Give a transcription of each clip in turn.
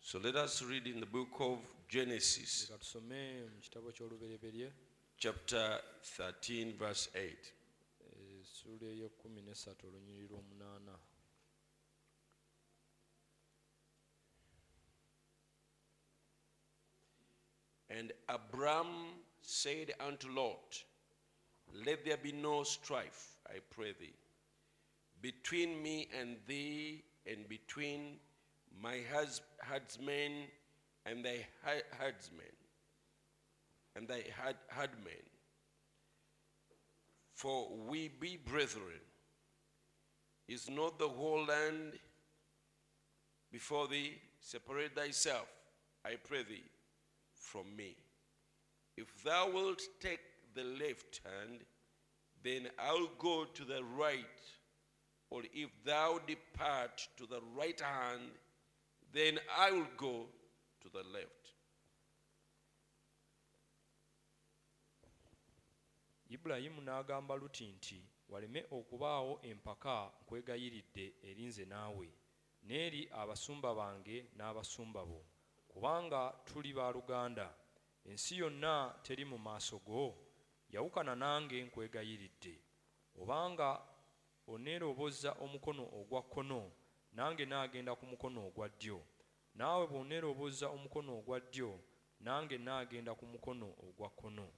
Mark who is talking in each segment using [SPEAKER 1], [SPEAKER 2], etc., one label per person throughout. [SPEAKER 1] So let us read in the book of Genesis,
[SPEAKER 2] leka tusome mu kitabo ky'olubereberye
[SPEAKER 1] chapter 13, verse 8.
[SPEAKER 2] essula eh, ey'ekkumi n'essatu olunyiri lw'omunaana
[SPEAKER 1] And Abram said unto Lot, Let there be no strife, I pray thee, between me and thee, and between my hus- herdsmen and thy hi- herdsmen, and thy herd- herdmen. For we be brethren. Is not the whole land before thee? Separate thyself, I pray thee, from me. If thou wilt take the left hand, then I'll go to the right. Or if thou depart to the right hand, then I will go to the left.
[SPEAKER 2] ibulayimu n'agamba luti nti waleme okubaawo empaka nkwegayiridde eri nze naawe n'eri abasumba bange n'abasumba bo kubanga tuli baluganda ensi yonna teri mu maaso go yawukana nange nkwegayiridde obanga oneerobozza omukono ogwa kkono nange naagenda ku mukono ogwa ddyo naawe bw'oneerobozza omukono ogwa ddyo nange naagenda ku mukono ogwa kkono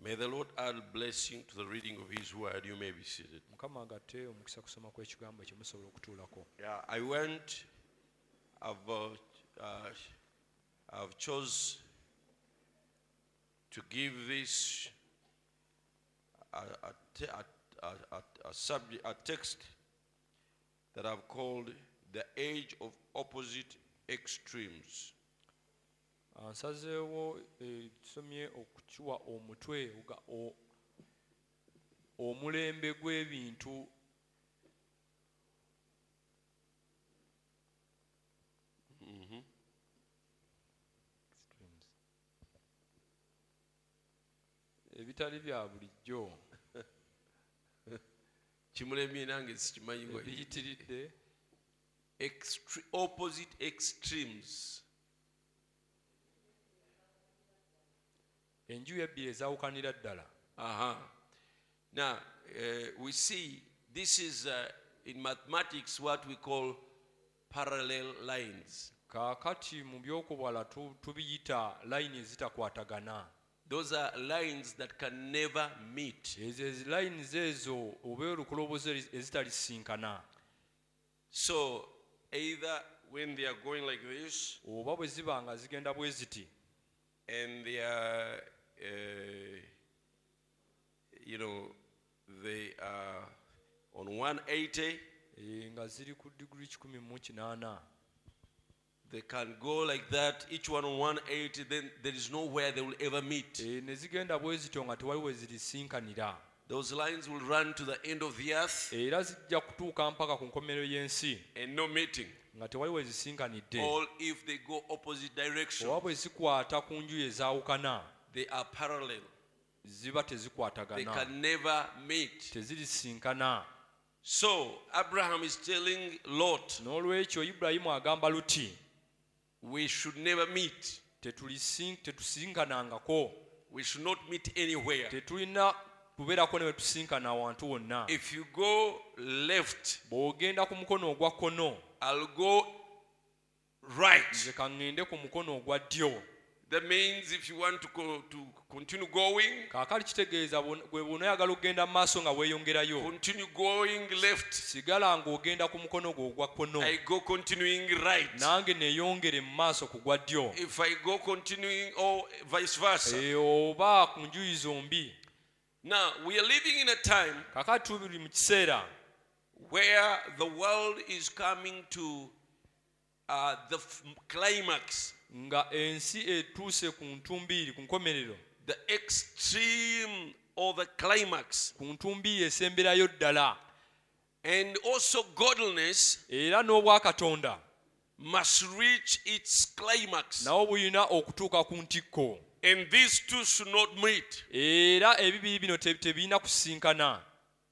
[SPEAKER 1] May the Lord add blessing to the reading of his word. You may be seated.
[SPEAKER 2] mukama agatte omukisa kusoma kw'ekigambo ekyo musobola okutuulako
[SPEAKER 1] Yeah, I went. I've, uh, uh, I've chose to give this a, a, te- a, a, a, a subject, a text that I've called "The Age of Opposite Extremes."
[SPEAKER 2] Ah, nsazeewo eh, tusomye okukiwa omutwe oga- o- omulembe gw'ebintu ebitali bya bulijjo
[SPEAKER 1] Kimulemye nange sikimanyi nga-
[SPEAKER 2] ebiyitiridde
[SPEAKER 1] Extre- opposite extremes.
[SPEAKER 2] enjuyi ebbiri ezawukanira ddala
[SPEAKER 1] Uh-huh. Now, uh, we see this is uh, in mathematics what we call parallel lines.
[SPEAKER 2] kaakati mu by'okubala tu- tubiyita layini ezitakwatagana
[SPEAKER 1] Those are lines that can never meet.
[SPEAKER 2] ezo layini zeezo oba olukulobozo eri- ezitalisinkana
[SPEAKER 1] So, either when they are going like this
[SPEAKER 2] oba bwe ziba nga zigenda bwe ziti
[SPEAKER 1] and they are, uh, you know, they are on 180,
[SPEAKER 2] eh, nga ziri ku diguli 18
[SPEAKER 1] they can go like that, each one on 180, then there is nowhere they will ever meet.
[SPEAKER 2] Eh, ne zigenda bwe zityo nga tewali we zirisinkanira
[SPEAKER 1] Those lines will run to the end of the earth
[SPEAKER 2] era zijja kutuuka mpaka ku nkomerero y'ensi
[SPEAKER 1] and no meeting.
[SPEAKER 2] nga tewali we zisinkanidde
[SPEAKER 1] All if they go opposite direction,
[SPEAKER 2] oba bwe zikwata ku njuyi ezaawukana
[SPEAKER 1] they are parallel.
[SPEAKER 2] ziba
[SPEAKER 1] They
[SPEAKER 2] tezikwatagana
[SPEAKER 1] can never meet.
[SPEAKER 2] tezirisinkana
[SPEAKER 1] So Abraham is telling Lot,
[SPEAKER 2] n'olwekyo ibulayimu agamba luti
[SPEAKER 1] we should never meet.
[SPEAKER 2] tetulisi- tetusinkanangako
[SPEAKER 1] We should not meet anywhere.
[SPEAKER 2] tetulina kubeerako ne bwe tusinkana wantu wonna
[SPEAKER 1] If you go left,
[SPEAKER 2] bw'ogenda ku mukono ogwa kkono
[SPEAKER 1] I'll go right.
[SPEAKER 2] nze ka ŋŋende ku mukono ogwa ddyo
[SPEAKER 1] That means if you want to, go, to continue going,
[SPEAKER 2] kaakali kitegeeza bw'on- gwe bw'onaayagala okugenda mu maaso nga weeyongerayo
[SPEAKER 1] continue going left.
[SPEAKER 2] sigala ng'ogenda ku mukono gwe ogwa kkono
[SPEAKER 1] I go continuing right.
[SPEAKER 2] nange neeyongere mu maaso ku gwa ddyo
[SPEAKER 1] If I go continuing or vice versa.
[SPEAKER 2] Eh, oba ku njuyi zombi
[SPEAKER 1] Now, we are living in a time
[SPEAKER 2] kaakati tubiri mu kiseera
[SPEAKER 1] where the world is coming to uh, the f- climax,
[SPEAKER 2] nga ensi etuuse ku ntumbiiri ku nkomerero
[SPEAKER 1] the extreme or the climax,
[SPEAKER 2] ku ntumbiiri esemberayo ddala
[SPEAKER 1] and also godliness
[SPEAKER 2] era n'obwakatonda
[SPEAKER 1] must reach its climax.
[SPEAKER 2] nabo bulina okutuuka ku ntikko
[SPEAKER 1] And these two should not meet.
[SPEAKER 2] era ebibiri bino te- tebirina kusinkana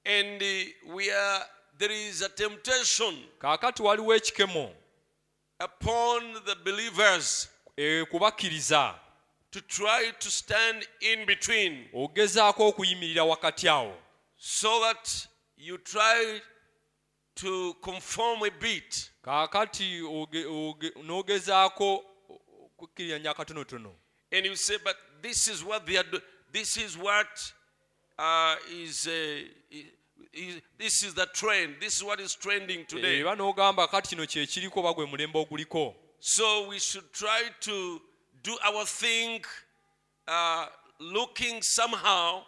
[SPEAKER 1] And uh, we are, there is a temptation
[SPEAKER 2] kaakati waliwo ekikemo
[SPEAKER 1] upon the believers
[SPEAKER 2] Eh, kubakkiriza
[SPEAKER 1] to try to stand in between
[SPEAKER 2] ogezaako okuyimirira wakati awo
[SPEAKER 1] so that you try to conform a bit
[SPEAKER 2] kaakati oge- oge- n'ogezaako okukkiriranya akatonotono
[SPEAKER 1] and you say but this is what they are do- this is what uh, is, uh, i- is this is the trend this is what is trending today
[SPEAKER 2] era n'ogamba kati kino kye kiriko oba gwe mulembe oguliko
[SPEAKER 1] so we should try to do our thing uh, looking somehow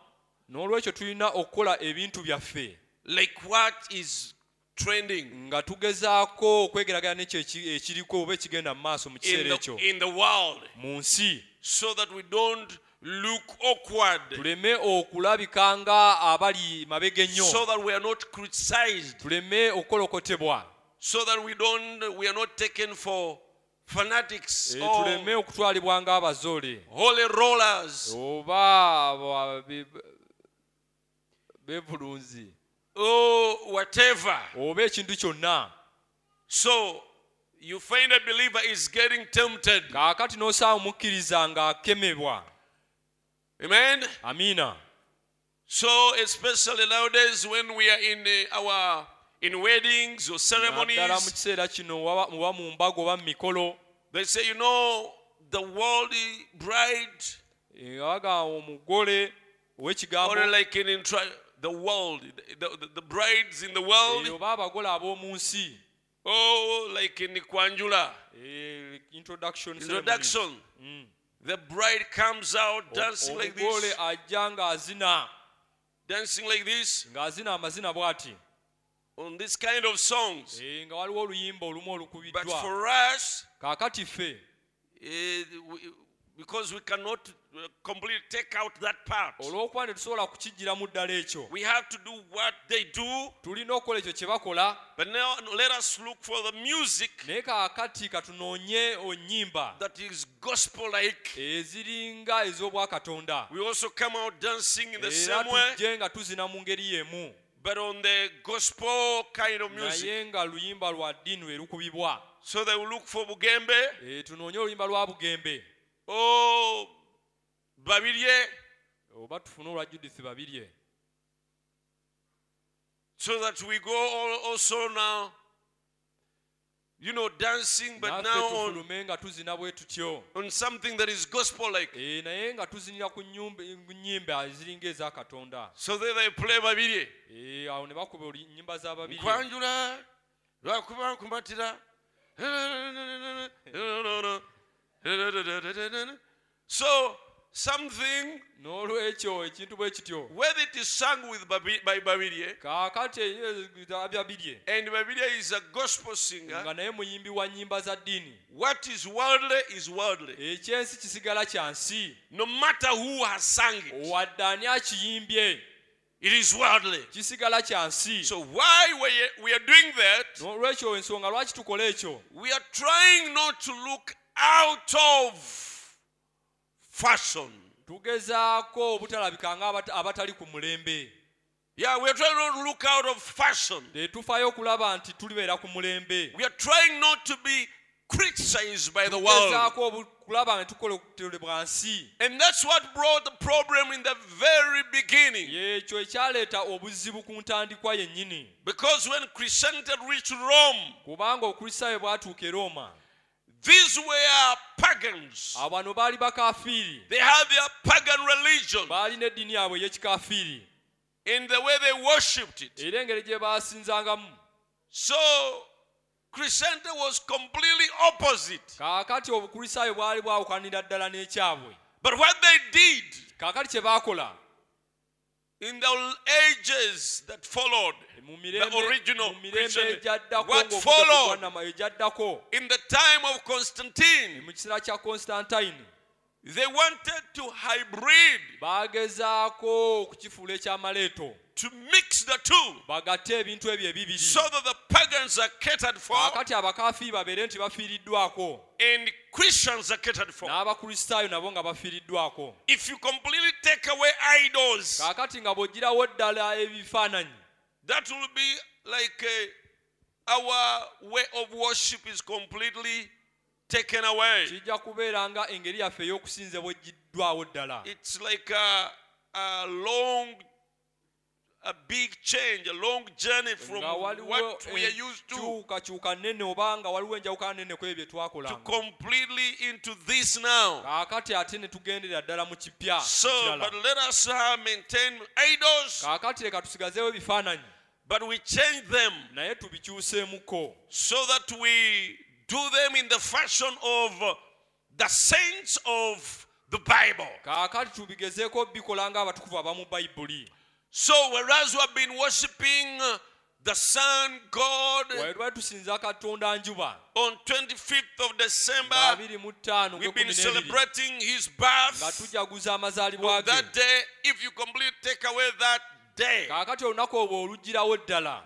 [SPEAKER 2] n'olwekyo tulina okukola ebintu byaffe
[SPEAKER 1] like what is trending
[SPEAKER 2] nga tugezaako okwegeragana nekyo eki- ekiriko oba ekigenda mu maaso mu
[SPEAKER 1] in
[SPEAKER 2] kiseera ekyo
[SPEAKER 1] the, in the world
[SPEAKER 2] mu nsi
[SPEAKER 1] so that we don't look awkward
[SPEAKER 2] tuleme okulabika nga abali
[SPEAKER 1] so
[SPEAKER 2] mabega ennyo
[SPEAKER 1] that we are not criticized
[SPEAKER 2] tuleme okukolokotebwa
[SPEAKER 1] so that we don't we are not taken for fanatics
[SPEAKER 2] Eh,
[SPEAKER 1] or
[SPEAKER 2] tuleme okutwalibwa ng'abazoole
[SPEAKER 1] holy rollers
[SPEAKER 2] oba aba- be- bevulunzi
[SPEAKER 1] or whatever
[SPEAKER 2] oba ekintu kyonna
[SPEAKER 1] so you find a believer is getting tempted
[SPEAKER 2] kaakati n'osaawa omukkiriza ng'akemebwa
[SPEAKER 1] amen
[SPEAKER 2] amiina
[SPEAKER 1] so especially nowadays when we are in eh, our in weddings or
[SPEAKER 2] naddala mu
[SPEAKER 1] ceremonies
[SPEAKER 2] kiseera kino waba muba mu mbaga oba mu mikolo
[SPEAKER 1] they say you know the worldly bride
[SPEAKER 2] Eh, waga omugole
[SPEAKER 1] or
[SPEAKER 2] ow'ekigambo
[SPEAKER 1] like in, in tri- the world the, the, the brides in the world
[SPEAKER 2] Eh, oba abagole ab'omu nsi
[SPEAKER 1] oh like in kwanjula
[SPEAKER 2] Eh, introduction ceremony.
[SPEAKER 1] introduction
[SPEAKER 2] Mm.
[SPEAKER 1] The bride comes out dancing like
[SPEAKER 2] omugole
[SPEAKER 1] this,
[SPEAKER 2] ajja ng'azina
[SPEAKER 1] dancing like this
[SPEAKER 2] ng'azina amazina bw'ati
[SPEAKER 1] on this kind of songs.
[SPEAKER 2] Eh, nga waliwo oluyimba olumu
[SPEAKER 1] But
[SPEAKER 2] olukubiddwa
[SPEAKER 1] for us,
[SPEAKER 2] kaakati ffe
[SPEAKER 1] eh, we- because we cannot uh, completely take out that part,
[SPEAKER 2] olw'okuba ne tusobola kukijjiramu ddala ekyo
[SPEAKER 1] we have to do what they do.
[SPEAKER 2] tulina okukola ekyo kye bakola
[SPEAKER 1] But now let us look for the music
[SPEAKER 2] naye kaakati katunoonye onnyimba
[SPEAKER 1] that is gospel like.
[SPEAKER 2] eziringa ez'obwakatonda
[SPEAKER 1] We also come out dancing in the
[SPEAKER 2] era
[SPEAKER 1] same way,
[SPEAKER 2] tujje nga tuzina mu ngeri y'emu
[SPEAKER 1] but on the gospel kind of music.
[SPEAKER 2] naye nga luyimba lwa ddiini lwe lukubibwa
[SPEAKER 1] So they will look for Bugembe
[SPEAKER 2] Eh, tunoonye oluyimba lwa bugembe
[SPEAKER 1] or Babirye
[SPEAKER 2] oba tufune olwa judith babirye
[SPEAKER 1] So that we go all also now, you know, dancing, but
[SPEAKER 2] naffe
[SPEAKER 1] now on,
[SPEAKER 2] tufulume nga tuzina bwe tutyo
[SPEAKER 1] on something that is gospel like.
[SPEAKER 2] Eh, naye nga tuzinira ku nyumba- ku nnyimba eziringa eza katonda
[SPEAKER 1] So that they play babiri.
[SPEAKER 2] Eh, awo ne bakuba oli- nnyimba z'ababirye
[SPEAKER 1] nkwanjula lwakuba nkumatira so something
[SPEAKER 2] n'olwekyo ekintu bwe kityo
[SPEAKER 1] whether it is sung with babi, by babirye
[SPEAKER 2] kaakati abyabirye
[SPEAKER 1] and babirye is a gospel
[SPEAKER 2] nga
[SPEAKER 1] singer
[SPEAKER 2] naye muyimbi wa nnyimba za ddiini
[SPEAKER 1] what is worldly is worldly
[SPEAKER 2] ekyensi kisigala kya nsi
[SPEAKER 1] no matter who has sung it
[SPEAKER 2] wadde ani akiyimbye
[SPEAKER 1] it is worldly
[SPEAKER 2] kisigala kya nsi
[SPEAKER 1] So why we we are doing that,
[SPEAKER 2] n'olwekyo ensonga lwaki tukola ekyo
[SPEAKER 1] we are trying not to look out of fashion.
[SPEAKER 2] tugezaako obutalabika nga abatali ku mulembe
[SPEAKER 1] Yeah, we are trying not to look out of fashion.
[SPEAKER 2] tetufaayo okulaba nti tulibeera ku mulembe
[SPEAKER 1] We are trying not to be criticized by the world.
[SPEAKER 2] tugezaako obu- kulaba nga tukola obutole bwa nsi
[SPEAKER 1] And that's what brought the problem in the very beginning.
[SPEAKER 2] yekyo ekyaleeta obuzibu ku ntandikwa yennyini
[SPEAKER 1] Because when Christianity reached Rome,
[SPEAKER 2] kubanga okristaayo bwatuuka e roma
[SPEAKER 1] these were pagans.
[SPEAKER 2] abano baali bakafiiri
[SPEAKER 1] They had their pagan religion
[SPEAKER 2] baalina eddiini yaabwe ey'ekikafiiri
[SPEAKER 1] and the way they worshipped it.
[SPEAKER 2] era engeri gye baasinzangamu
[SPEAKER 1] So Christianity was completely opposite.
[SPEAKER 2] kaakati obukristaayo bwali bwawukanira ddala n'ekyabwe
[SPEAKER 1] But what they did
[SPEAKER 2] kaakati kye baakola
[SPEAKER 1] in the ages that followed,
[SPEAKER 2] mu
[SPEAKER 1] the original
[SPEAKER 2] mirembe
[SPEAKER 1] Christianity,
[SPEAKER 2] egyaddako
[SPEAKER 1] what followed
[SPEAKER 2] ng'okugwanama egyaddako
[SPEAKER 1] in the time of Constantine,
[SPEAKER 2] mu kiseera kya konstantayini
[SPEAKER 1] they wanted to hybrid,
[SPEAKER 2] baagezaako okukifuula ekyamaleeto
[SPEAKER 1] to mix the two,
[SPEAKER 2] bagatte ebintu ebyo ebibiri
[SPEAKER 1] so that the pagans are catered for
[SPEAKER 2] kaakati abakafiiri babeere nti bafiiriddwako
[SPEAKER 1] and Christians are catered for.
[SPEAKER 2] n'abakristaayo nabo nga bafiiriddwako
[SPEAKER 1] If you completely take away idols,
[SPEAKER 2] kaakati nga bw'ogirawo ddala ebifaananyi
[SPEAKER 1] that will be like uh, our way of worship is completely taken away.
[SPEAKER 2] kijja kubeera nga engeri yaffe ey'okusinza bweggiddwawo ddala
[SPEAKER 1] It's like a, a long, a big change, a long journey from
[SPEAKER 2] nga waliwo
[SPEAKER 1] what we are used to
[SPEAKER 2] enkyukakyuka nnene oba nga waliwo enjawukana nnene ku ebyo bye
[SPEAKER 1] to
[SPEAKER 2] twakolanga
[SPEAKER 1] completely into this now.
[SPEAKER 2] kaakati ate ne tugendera ddala mu kipya
[SPEAKER 1] So, but
[SPEAKER 2] ekirala.
[SPEAKER 1] let us uh, maintain idols,
[SPEAKER 2] kaakati leka tusigazeewo ebifaananyi
[SPEAKER 1] but we change them
[SPEAKER 2] naye tubikyuseemuko
[SPEAKER 1] so that we do them in the fashion of uh, the saints of the Bible.
[SPEAKER 2] kaakati tubigezeeko bikola nga abatukuvu aba mu bayibuli
[SPEAKER 1] So, whereas we have been worshiping uh, the Sun God
[SPEAKER 2] Bwe twali tusinza katonda njuba
[SPEAKER 1] on 25th of December,
[SPEAKER 2] 25
[SPEAKER 1] we've been
[SPEAKER 2] nga
[SPEAKER 1] celebrating his birth.
[SPEAKER 2] tujaguza amazaalibwa
[SPEAKER 1] On
[SPEAKER 2] ge
[SPEAKER 1] that day, if you complete, take away that day
[SPEAKER 2] kaakati olunaku olwo olugirawo ddala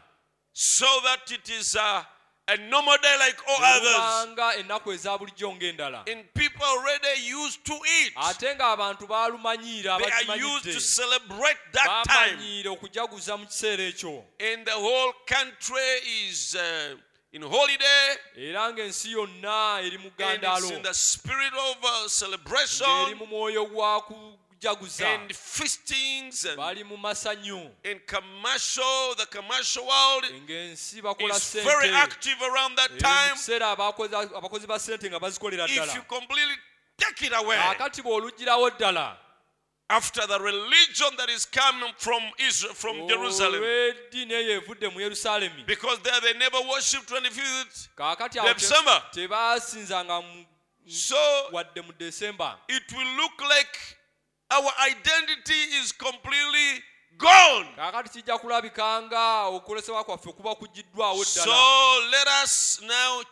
[SPEAKER 1] so that it is a, a normal day like all others.
[SPEAKER 2] nga ennaku eza bulijjo ng'endala
[SPEAKER 1] And people already used to it,
[SPEAKER 2] ate ng'abantu baalumanyiira
[SPEAKER 1] they are used
[SPEAKER 2] abakimanyidde
[SPEAKER 1] to celebrate that time.
[SPEAKER 2] bamanyiire okujaguza mu kiseera ekyo
[SPEAKER 1] And the whole country is uh, in holiday.
[SPEAKER 2] era ng'ensi yonna eri mu
[SPEAKER 1] And it's
[SPEAKER 2] ggandaalo
[SPEAKER 1] in the spirit of uh,
[SPEAKER 2] ng'eri
[SPEAKER 1] celebration
[SPEAKER 2] mu mwoyo gwa kujaguza
[SPEAKER 1] and feastings and,
[SPEAKER 2] bali mu masanyu
[SPEAKER 1] and commercial, the commercial world
[SPEAKER 2] ng'ensi bakola
[SPEAKER 1] is very
[SPEAKER 2] sente
[SPEAKER 1] active around that time.
[SPEAKER 2] ekiseera abakozi ba sente nga bazikolera
[SPEAKER 1] If you
[SPEAKER 2] ddala
[SPEAKER 1] completely take it away
[SPEAKER 2] akati bw'olugirawo ddala
[SPEAKER 1] after the religion that is coming from Israel,
[SPEAKER 2] Oh,
[SPEAKER 1] from Jerusalem,
[SPEAKER 2] eh. olw'eddiini eyo evudde mu yerusaalemi
[SPEAKER 1] because there they never worship 25th.
[SPEAKER 2] kaakati awo te-
[SPEAKER 1] December.
[SPEAKER 2] tebaasinzanga mu-
[SPEAKER 1] So
[SPEAKER 2] wadde mu desemba
[SPEAKER 1] it will look like our identity is completely gone.
[SPEAKER 2] kaakati kijja kulabika nga okulesebwa kwaffe kuba kugiddwawo ddala
[SPEAKER 1] So let us now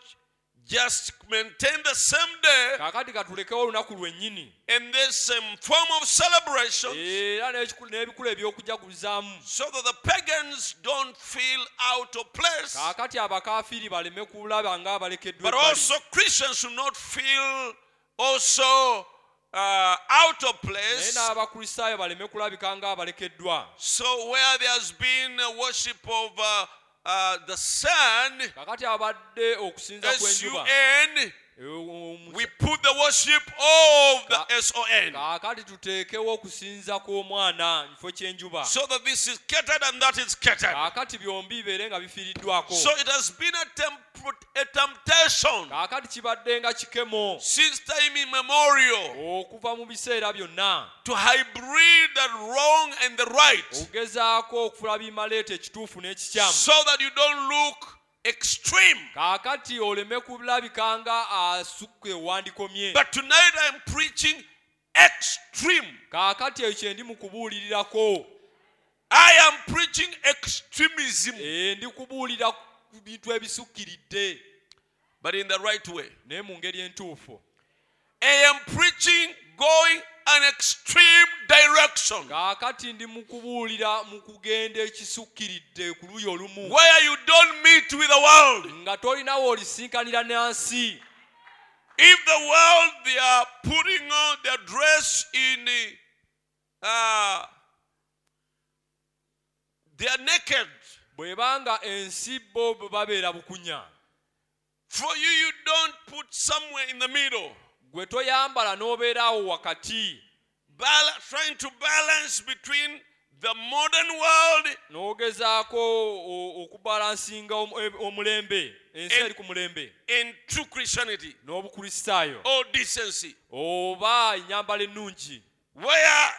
[SPEAKER 1] just maintain the same day
[SPEAKER 2] kaakati katulekewo olunaku lwennyini
[SPEAKER 1] and this same form of celebration
[SPEAKER 2] era n'ekiku- n'ebikulu eby'okujagulizaamu
[SPEAKER 1] so that the pagans don't feel out of place,
[SPEAKER 2] kaakati abakafiiri baleme kulaba nga abalekeddwa
[SPEAKER 1] but
[SPEAKER 2] ebbali.
[SPEAKER 1] also Christians should not feel also uh, out of
[SPEAKER 2] naye
[SPEAKER 1] place.
[SPEAKER 2] n'abakristaayo baleme kulabika nga abalekeddwa
[SPEAKER 1] So where there has been a worship of uh, uh, the sun,
[SPEAKER 2] kaakati abadde okusinza
[SPEAKER 1] S U
[SPEAKER 2] kw'enjuba
[SPEAKER 1] N,
[SPEAKER 2] e- omu-
[SPEAKER 1] we put the worship of the
[SPEAKER 2] Ka-
[SPEAKER 1] S O N.
[SPEAKER 2] kaakati tuteekewo okusinza kw'omwana mu kifo ky'enjuba
[SPEAKER 1] so that this is catered and that is catered.
[SPEAKER 2] kaakati byombi bibeere nga bifiiriddwako
[SPEAKER 1] So it has been a, temp- a temptation
[SPEAKER 2] kaakati kibadde nga kikemo
[SPEAKER 1] since time immemorial
[SPEAKER 2] okuva mu biseera byonna
[SPEAKER 1] to hybrid the wrong and the
[SPEAKER 2] Oh,
[SPEAKER 1] right
[SPEAKER 2] ogezaako okufula bimaleeta ekituufu n'ekikyamu
[SPEAKER 1] so that you don't look extreme.
[SPEAKER 2] kaakati oleme kulabika nga asukka ewandikomye
[SPEAKER 1] But tonight I'm preaching extreme.
[SPEAKER 2] kaakati ekyo kye ndi mu kubuulirirako
[SPEAKER 1] I am preaching extremism,
[SPEAKER 2] Eh, ndi kubuulira ku bintu ebisukkiridde
[SPEAKER 1] but in the right way.
[SPEAKER 2] naye mu ngeri entuufu
[SPEAKER 1] I am preaching going an extreme direction
[SPEAKER 2] kaakati ndi mu kubuulira mu kugenda ekisukkiridde ku luyi olumu
[SPEAKER 1] where you don't meet with the world.
[SPEAKER 2] nga tolinawo olisinkanira nansi
[SPEAKER 1] If the world they are putting on their dress in the, uh, they are naked.
[SPEAKER 2] bwe banga ensi bo bwe babeera bukunya
[SPEAKER 1] For you, you don't put somewhere in the middle,
[SPEAKER 2] gwe toyambala n'obeeraawo wakati
[SPEAKER 1] bal- trying to balance between the modern world
[SPEAKER 2] n'ogezaako o- okubalansinga omu- e- omulembe ensi
[SPEAKER 1] En-
[SPEAKER 2] eri ku mulembe
[SPEAKER 1] and true Christianity
[SPEAKER 2] n'obukristaayo
[SPEAKER 1] or decency,
[SPEAKER 2] oba ennyambala ennungi
[SPEAKER 1] where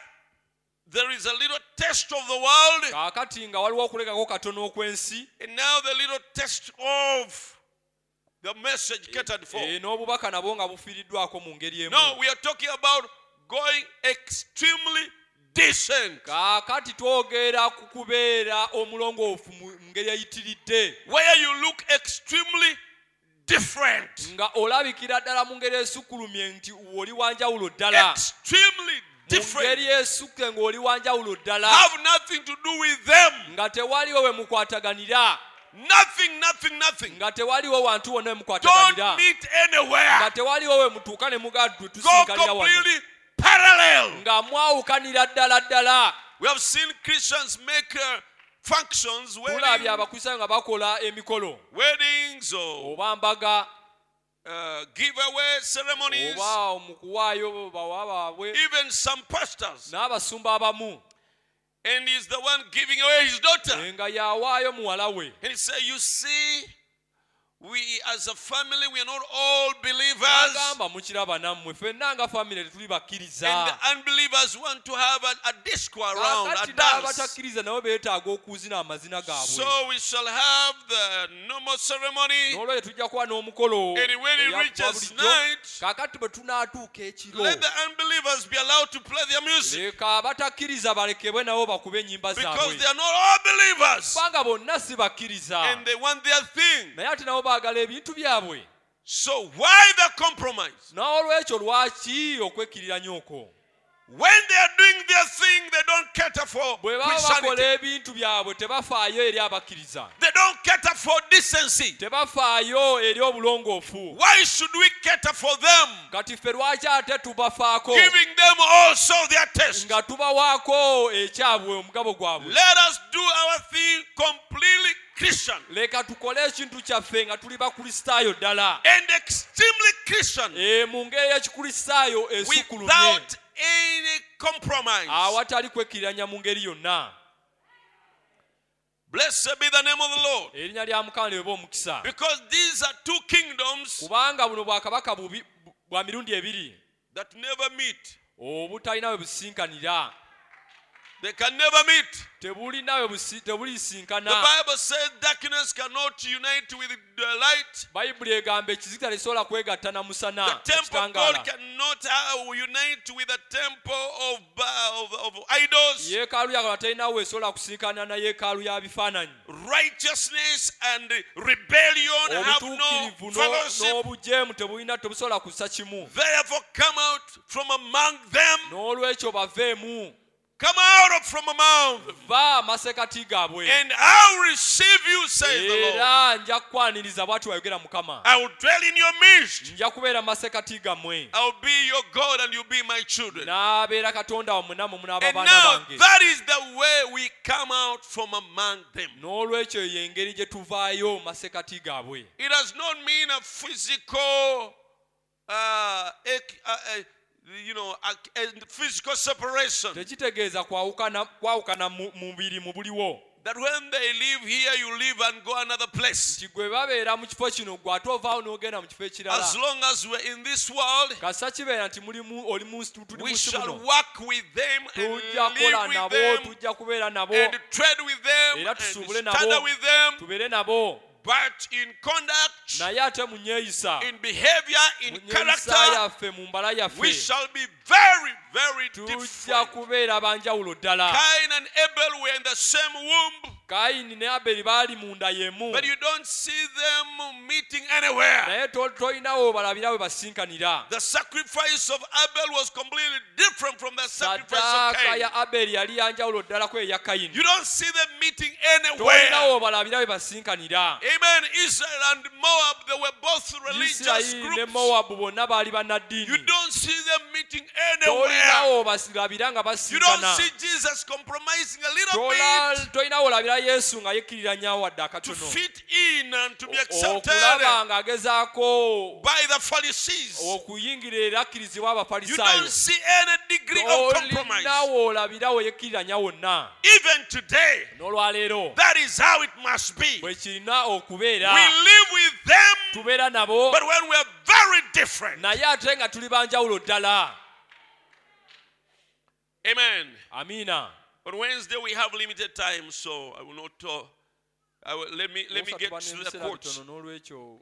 [SPEAKER 1] there is a little taste of the world
[SPEAKER 2] kaakati nga waliwo okulekako katono okw'ensi
[SPEAKER 1] and now the little taste of the message catered for.
[SPEAKER 2] eh, n'obubaka nabwo nga bufiiriddwako mu ngeri
[SPEAKER 1] Oh. No,
[SPEAKER 2] emu
[SPEAKER 1] we are talking about going extremely decent.
[SPEAKER 2] kaakati twogera ku kubeera omulongoofu mu mu ngeri eyitiridde
[SPEAKER 1] Where you look extremely different.
[SPEAKER 2] nga olabikira ddala mu ngeri esukkulumye nti oli wanjawulo ddala
[SPEAKER 1] Extremely
[SPEAKER 2] mu ngeri
[SPEAKER 1] different.
[SPEAKER 2] esukke ng'oli wanjawulo ddala
[SPEAKER 1] Have nothing to do with them.
[SPEAKER 2] nga tewaliwo we mukwataganira
[SPEAKER 1] Nothing, nothing, nothing.
[SPEAKER 2] nga tewaliwo wantu wonna we mukwataganira
[SPEAKER 1] Don't meet anywhere.
[SPEAKER 2] nga tewaliwo we mutuuka ne mugaddu
[SPEAKER 1] Go
[SPEAKER 2] tusinkanira wano
[SPEAKER 1] completely parallel.
[SPEAKER 2] nga mwawukanira ddala ddala
[SPEAKER 1] We have seen Christians make uh, functions,
[SPEAKER 2] tulabye
[SPEAKER 1] wedding,
[SPEAKER 2] abakrisitaayo nga bakola emikolo
[SPEAKER 1] weddings or
[SPEAKER 2] oba mbaga
[SPEAKER 1] uh, giveaway ceremonies,
[SPEAKER 2] oba mu kuwaayo bawa baabwe
[SPEAKER 1] even some pastors.
[SPEAKER 2] n'abasumba abamu
[SPEAKER 1] And he's the one giving away his daughter.
[SPEAKER 2] enga yawaayo muwala we
[SPEAKER 1] And he said, You see, we as a family, we are not all believers.
[SPEAKER 2] agamba mukiraba nammwe ffenna nga famire tetuli
[SPEAKER 1] And the
[SPEAKER 2] bakkiriza
[SPEAKER 1] unbelievers want to have a, a disco around, a
[SPEAKER 2] kakati
[SPEAKER 1] dance.
[SPEAKER 2] n'abatakkiriza nabo beetaaga okuzina amazina
[SPEAKER 1] So
[SPEAKER 2] gaabwe
[SPEAKER 1] we shall have the normal ceremony.
[SPEAKER 2] n'olwekyo tujja kuba n'omukolo
[SPEAKER 1] And when it
[SPEAKER 2] eya
[SPEAKER 1] reaches
[SPEAKER 2] bulijjo.
[SPEAKER 1] night,
[SPEAKER 2] kakati bwe tunaatuuka ekiro
[SPEAKER 1] Let the unbelievers be allowed to play their music
[SPEAKER 2] leka abatakkiriza balekebwe nabo bakube ennyimba
[SPEAKER 1] because
[SPEAKER 2] zaabwe
[SPEAKER 1] they are not all believers
[SPEAKER 2] kubanga bonna si bakkiriza
[SPEAKER 1] and they want their thing.
[SPEAKER 2] naye ate nabo baagala ebintu byabwe
[SPEAKER 1] So why the compromise?
[SPEAKER 2] n'olwekyo lwaki okwekkiriranyo okwo
[SPEAKER 1] When they are doing their thing, they don't cater for
[SPEAKER 2] bwe baba bakola
[SPEAKER 1] Christianity.
[SPEAKER 2] ebintu byabwe tebafaayo eri abakkiriza
[SPEAKER 1] They don't cater for decency.
[SPEAKER 2] tebafaayo eri obulongoofu
[SPEAKER 1] Why should we cater for them,
[SPEAKER 2] kati ffe lwaki ate tubafaako
[SPEAKER 1] giving them also their test?
[SPEAKER 2] nga tubawaako ekyabwe omugabo gwabwe
[SPEAKER 1] Let us do our thing completely Christian
[SPEAKER 2] leka tukole ekintu kyaffe nga tuli bakristaayo ddala
[SPEAKER 1] and extremely Christian
[SPEAKER 2] e mu ngeri y'ekikristaayo esukulumye
[SPEAKER 1] without any compromise.
[SPEAKER 2] awatali kwekkiranya mu ngeri yonna
[SPEAKER 1] Blessed be the name of the Lord.
[SPEAKER 2] erinnya lya mukama lyeba omukisa
[SPEAKER 1] Because these are two kingdoms
[SPEAKER 2] kubanga buno bwakabaka bubi- bu- bwa mirundi ebiri
[SPEAKER 1] that never meet.
[SPEAKER 2] obutalina we businkanira
[SPEAKER 1] They can never meet.
[SPEAKER 2] tebulina we busi-
[SPEAKER 1] The
[SPEAKER 2] tebulisinkana
[SPEAKER 1] Bible says darkness cannot unite with the light.
[SPEAKER 2] bayibuli egamba ekizikita tekisobola kwegatta na
[SPEAKER 1] The
[SPEAKER 2] musana
[SPEAKER 1] temple of God
[SPEAKER 2] ekitangaala
[SPEAKER 1] cannot uh, unite with the temple of, uh, of, of idols.
[SPEAKER 2] yeekaalu yakola talinawe esobola kusinkana na yeekaalu ya bifaananyi
[SPEAKER 1] Righteousness and rebellion have
[SPEAKER 2] obutuukirivu
[SPEAKER 1] no
[SPEAKER 2] no-
[SPEAKER 1] fellowship.
[SPEAKER 2] n'obujeemu tebulina tebusobola kussa kimu
[SPEAKER 1] Therefore, come out from among them.
[SPEAKER 2] n'olwekyo baveemu
[SPEAKER 1] Come out from among them.
[SPEAKER 2] va amasekati gaabwe
[SPEAKER 1] And I'll receive you, says the Lord.
[SPEAKER 2] era nja kukwaniriza bw'ati wayogera mukama
[SPEAKER 1] I will dwell in your midst.
[SPEAKER 2] nja kubeera mu masekati gammwe
[SPEAKER 1] I'll be your God and you'll be my children.
[SPEAKER 2] n'abeera katonda wammwe nammwe munaaba
[SPEAKER 1] And
[SPEAKER 2] baana
[SPEAKER 1] now
[SPEAKER 2] bange
[SPEAKER 1] that is the way we come out from among them.
[SPEAKER 2] n'olwekyo eyo engeri gye tuvaayo mu masekati gaabwe
[SPEAKER 1] It does not mean a physical, uh, ec- uh, uh, you know, a, a physical separation.
[SPEAKER 2] tekitegeeza kwawukana kwawukana mu mu mubiri mu buliwo
[SPEAKER 1] That when they leave here, you leave and go another place.
[SPEAKER 2] nti gwe babeera mu kifo kino gwe ate ovaawo n'ogenda mu kifo ekirala
[SPEAKER 1] As long as we're in this world,
[SPEAKER 2] kasa kibeera nti mulimu oli mu nsi tuli mu
[SPEAKER 1] we
[SPEAKER 2] nsi
[SPEAKER 1] shall
[SPEAKER 2] muno
[SPEAKER 1] work with them and
[SPEAKER 2] tujja kukola
[SPEAKER 1] live
[SPEAKER 2] nabo
[SPEAKER 1] with them
[SPEAKER 2] tujja kubeera nabo
[SPEAKER 1] and trade with them
[SPEAKER 2] Era
[SPEAKER 1] and
[SPEAKER 2] tusubule nabo.
[SPEAKER 1] stand with them,
[SPEAKER 2] tubeere nabo
[SPEAKER 1] but in conduct,
[SPEAKER 2] naye ate mu nyeeyisa
[SPEAKER 1] in behavior, in
[SPEAKER 2] mu
[SPEAKER 1] character,
[SPEAKER 2] nyeeyisa yaffe mu mbala
[SPEAKER 1] we
[SPEAKER 2] yaffe
[SPEAKER 1] shall be very, very
[SPEAKER 2] tujja
[SPEAKER 1] different.
[SPEAKER 2] kubeera banjawulo ddala
[SPEAKER 1] Cain and Abel were in the same womb,
[SPEAKER 2] kayini ne aberi baali munda y'emu
[SPEAKER 1] but you don't see them meeting anywhere.
[SPEAKER 2] naye to- tolinawo obalabira we basinkanira
[SPEAKER 1] The sacrifice of Abel was completely different from the sacrifice of
[SPEAKER 2] sadaaka
[SPEAKER 1] Cain.
[SPEAKER 2] ya aberi yali yanjawulo ddala ku eya
[SPEAKER 1] You
[SPEAKER 2] kayini
[SPEAKER 1] don't see them meeting
[SPEAKER 2] tolinawo
[SPEAKER 1] anywhere.
[SPEAKER 2] obalabira we basinkanira
[SPEAKER 1] Amen. Israel and Moab, they were both religious
[SPEAKER 2] isirayiri ne
[SPEAKER 1] groups.
[SPEAKER 2] mowabu bonna baali
[SPEAKER 1] You
[SPEAKER 2] bannaddiini
[SPEAKER 1] don't see them meeting anywhere.
[SPEAKER 2] tolinawo basilabira nga
[SPEAKER 1] You don't
[SPEAKER 2] basinkana
[SPEAKER 1] see Jesus compromising a little
[SPEAKER 2] Tola-
[SPEAKER 1] bit
[SPEAKER 2] tolinawo olabira yesu nga yekkiriranyawo wadde
[SPEAKER 1] to
[SPEAKER 2] akatono
[SPEAKER 1] fit in and
[SPEAKER 2] Oh,
[SPEAKER 1] to be accepted.
[SPEAKER 2] okulaba ng'agezaako
[SPEAKER 1] by the Pharisees.
[SPEAKER 2] Oh, okuyingira erakkirizibwa
[SPEAKER 1] You
[SPEAKER 2] abafalisaayo
[SPEAKER 1] don't see any degree of compromise.
[SPEAKER 2] olinawo olabira weyekkiririranya wonna
[SPEAKER 1] Even today,
[SPEAKER 2] n'olwaleero
[SPEAKER 1] that is how it must be. We
[SPEAKER 2] bwe kirina okubeera
[SPEAKER 1] live with them,
[SPEAKER 2] tubeera nabo
[SPEAKER 1] but when we're very different.
[SPEAKER 2] naye ate nga tuli banjawulo ddala
[SPEAKER 1] Amen.
[SPEAKER 2] amiina
[SPEAKER 1] On Wednesday, we have limited time, so I will not talk. I will, let me, let me
[SPEAKER 2] Olwokuba
[SPEAKER 1] get
[SPEAKER 2] tuba
[SPEAKER 1] to the
[SPEAKER 2] n'ebiseera
[SPEAKER 1] quotes.
[SPEAKER 2] bitono, n'olwekyo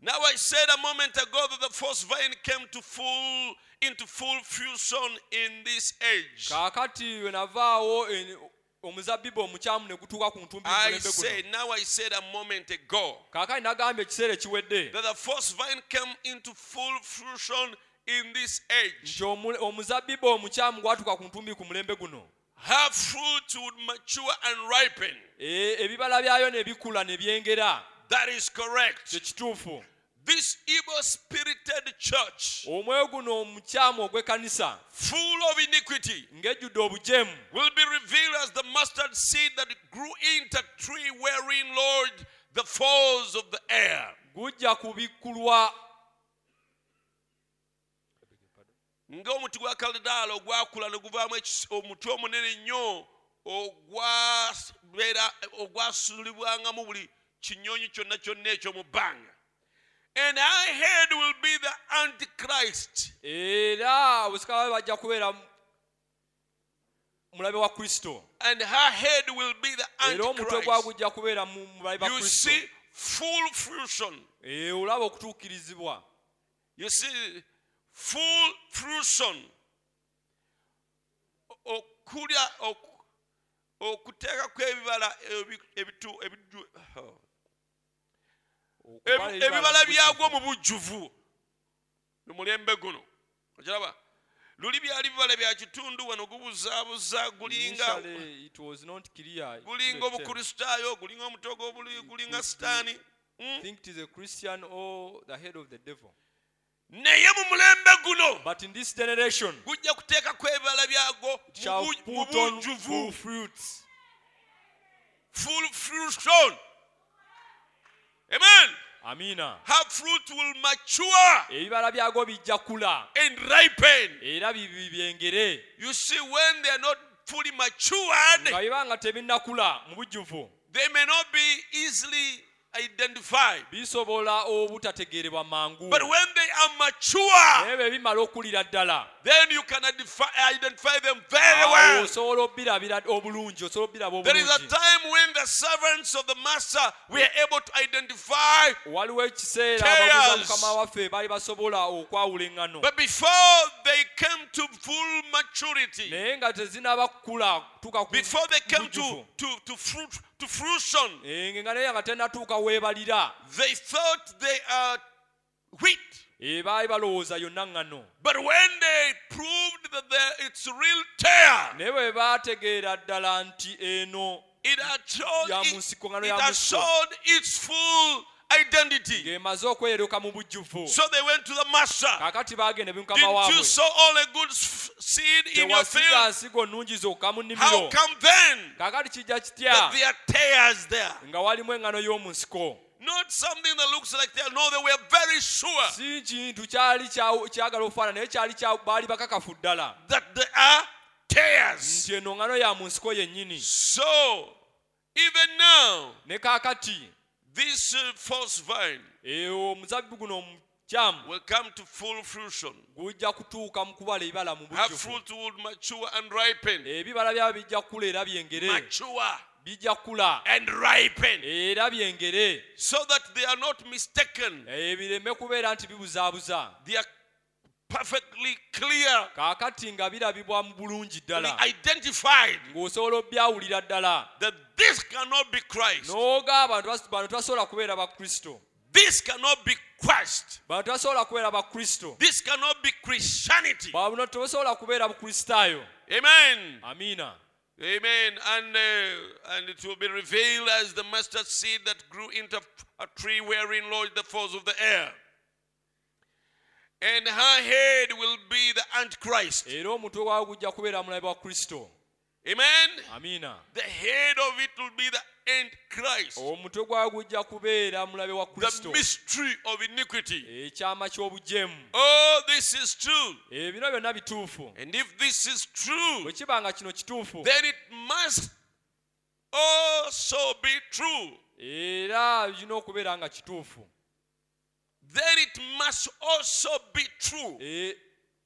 [SPEAKER 1] Now, I said a moment ago that the first vine came to full, into full fusion in this age.
[SPEAKER 2] kaakati we navaawo en- omuzabbibu omukyamu ne gutuuka ku ntumbi mu
[SPEAKER 1] I
[SPEAKER 2] mulembe
[SPEAKER 1] said,
[SPEAKER 2] guno
[SPEAKER 1] now I said a moment ago.
[SPEAKER 2] kaakati nagambye ekiseera ekiwedde
[SPEAKER 1] that the first vine came into full fruition in this age.
[SPEAKER 2] nti omu- omuzabbibu omukyamu gwatuuka ku ntumbi ku mulembe guno
[SPEAKER 1] Her fruit would mature and ripen.
[SPEAKER 2] E- ebibala byayo ne bikula ne byengera
[SPEAKER 1] That is correct.
[SPEAKER 2] kyekituufu
[SPEAKER 1] This evil spirited church,
[SPEAKER 2] omwe guno omukyamu ogw'ekkanisa
[SPEAKER 1] full of iniquity,
[SPEAKER 2] ng'ejjudde obujeemu
[SPEAKER 1] will be revealed as the mustard seed that grew into a tree wherein lodged the foes of the air.
[SPEAKER 2] gujja kubikkulwa
[SPEAKER 1] ng'omuti gwa kalidaala ogwakula ne guvaamu ekis- omuti omunene ennyo ogwabeera ogwasulibwangamu buli kinyonyi kyonna kyonna ekyo mu bbanga and our head will be the antichrist
[SPEAKER 2] era obusikababe bajja kubeera mu- mulabe wa kristo
[SPEAKER 1] and her head will be the
[SPEAKER 2] era omutwe gwa
[SPEAKER 1] antichrist
[SPEAKER 2] gujja kubeera mu mu balabe ba
[SPEAKER 1] you
[SPEAKER 2] kristo
[SPEAKER 1] see full fruition
[SPEAKER 2] Eh, olaba okutuukirizibwa
[SPEAKER 1] you see full fruition O- okulya oku- okuteekako ebibala ebi- ebitu- ebiju- oh.
[SPEAKER 2] Okuba
[SPEAKER 1] Ebi- ebibala byagwo mu bujjuvu mu mulembe guno okiraba luli byali bibala bya kitundu wano gubuzaabuza gulinga
[SPEAKER 2] Initially, it was not clear. It
[SPEAKER 1] gulinga
[SPEAKER 2] was a term.
[SPEAKER 1] obukristaayo gulinga omutego obuli- gulinga sitaani
[SPEAKER 2] I
[SPEAKER 1] Mm.
[SPEAKER 2] think it is a Christian or the head of the devil.
[SPEAKER 1] naye mu mulembe guno
[SPEAKER 2] But in this generation,
[SPEAKER 1] gujja kuteekako ebibala byagwo
[SPEAKER 2] it shall
[SPEAKER 1] mu bu- mu
[SPEAKER 2] put on full
[SPEAKER 1] bujjuvu
[SPEAKER 2] fruits.
[SPEAKER 1] full fruition amen
[SPEAKER 2] Amina.
[SPEAKER 1] her fruit will mature
[SPEAKER 2] Ebibala byagwo bijja kula
[SPEAKER 1] and ripen
[SPEAKER 2] era bibi byengere.
[SPEAKER 1] you see when they are not fully matured
[SPEAKER 2] Nga bibanga tebinnakula mu bujjuvu
[SPEAKER 1] they may not be easily identified.
[SPEAKER 2] bisobola obutategeerebwa mangu.
[SPEAKER 1] But when they are mature,
[SPEAKER 2] Naye bwe bimala okulira ddala,
[SPEAKER 1] then you can identify, identify them very
[SPEAKER 2] awo
[SPEAKER 1] well.
[SPEAKER 2] osobola obbirabira obulungi, osobola obbiraba
[SPEAKER 1] There is a
[SPEAKER 2] obulungi.
[SPEAKER 1] time when the servants of the master were able to identify,
[SPEAKER 2] waliwo ekiseera
[SPEAKER 1] Tears.
[SPEAKER 2] ababuuza mukama waffe baali basobola okwawula eŋŋano
[SPEAKER 1] but before they came to full maturity,
[SPEAKER 2] naye nga tezinaba kukula kutuuka ku
[SPEAKER 1] before they came to,
[SPEAKER 2] bujjuvu.
[SPEAKER 1] to, to, fruit, to fruition,
[SPEAKER 2] Eh, ng'eŋŋano eyo nga tennatuuka weebalira
[SPEAKER 1] they thought they are wheat.
[SPEAKER 2] Eh, baali balowooza yonna ŋŋano
[SPEAKER 1] But when they proved that they- it's real tear,
[SPEAKER 2] naye bwe baategeera ddala nti eno
[SPEAKER 1] It had shown,
[SPEAKER 2] Ya
[SPEAKER 1] it,
[SPEAKER 2] munsiko, ngalo
[SPEAKER 1] it
[SPEAKER 2] ya
[SPEAKER 1] had
[SPEAKER 2] munsiko.
[SPEAKER 1] shown its full identity.
[SPEAKER 2] ng'emaze okweyeruka mu bujjuvu
[SPEAKER 1] So they went to the master.
[SPEAKER 2] kaakati baagenda mukama
[SPEAKER 1] Didn't you
[SPEAKER 2] waabwe
[SPEAKER 1] sow all a good s- seed in your
[SPEAKER 2] tewasiga
[SPEAKER 1] field?
[SPEAKER 2] nsigo nnungi zokka
[SPEAKER 1] How
[SPEAKER 2] mu nnimiro
[SPEAKER 1] come then
[SPEAKER 2] kaakati kijja
[SPEAKER 1] that
[SPEAKER 2] kitya
[SPEAKER 1] there are tears there?
[SPEAKER 2] nga walimu eŋŋano y'omu nsiko
[SPEAKER 1] Not something that looks like tears. No, they were very sure
[SPEAKER 2] si kintu kyali kya- kyagala okufaana naye kyali kya- baali bakakafu ddala
[SPEAKER 1] that there are tears.
[SPEAKER 2] nti eno ŋŋano ya mu nsiko yennyini
[SPEAKER 1] So, even now,
[SPEAKER 2] ne kaakati
[SPEAKER 1] this uh, false vine
[SPEAKER 2] ewo omuzabbibu guno omukyamu
[SPEAKER 1] will come to full fruition.
[SPEAKER 2] gujja kutuuka mu kubala ebibala mu
[SPEAKER 1] Her
[SPEAKER 2] bujjuvu
[SPEAKER 1] fruit will mature and ripen.
[SPEAKER 2] ebibala byabo bijja kukula era byengere
[SPEAKER 1] Mature
[SPEAKER 2] bijja kukula
[SPEAKER 1] and ripen.
[SPEAKER 2] era byengere
[SPEAKER 1] so that they are not mistaken.
[SPEAKER 2] Eh, bireme kubeera nti bibuzaabuza
[SPEAKER 1] They are perfectly clear,
[SPEAKER 2] kaakati nga birabibwa mu bulungi ddala
[SPEAKER 1] identified
[SPEAKER 2] ng'osobola obyawulira ddala
[SPEAKER 1] that this cannot be Christ.
[SPEAKER 2] n'oga abantu bas- bano tebasobola kubeera bakristo
[SPEAKER 1] This cannot be Christ.
[SPEAKER 2] bano tebasobola kubeera bakristo
[SPEAKER 1] This cannot be Christianity.
[SPEAKER 2] bano tebasobola kubeera bukristaayo
[SPEAKER 1] Amen.
[SPEAKER 2] amiina
[SPEAKER 1] Amen. And, uh, and it will be revealed as the mustard seed that grew into a tree wherein lodged the force of the air. And her head will be the Antichrist.
[SPEAKER 2] era omutwe gwawe gujja kubeera mulabe wa kristo
[SPEAKER 1] Amen.
[SPEAKER 2] amiina
[SPEAKER 1] The head of it will be the Antichrist.
[SPEAKER 2] omutwe gwawe gujja kubeera mulabe wa
[SPEAKER 1] the
[SPEAKER 2] kristo
[SPEAKER 1] mystery of iniquity.
[SPEAKER 2] ekyama ky'obujeemu
[SPEAKER 1] Oh, this is true.
[SPEAKER 2] ebino byonna bituufu
[SPEAKER 1] And if this is true,
[SPEAKER 2] bwe kiba nga kino kituufu
[SPEAKER 1] then it must also be true.
[SPEAKER 2] era birina okubeera nga kituufu
[SPEAKER 1] Then it must also be true
[SPEAKER 2] E-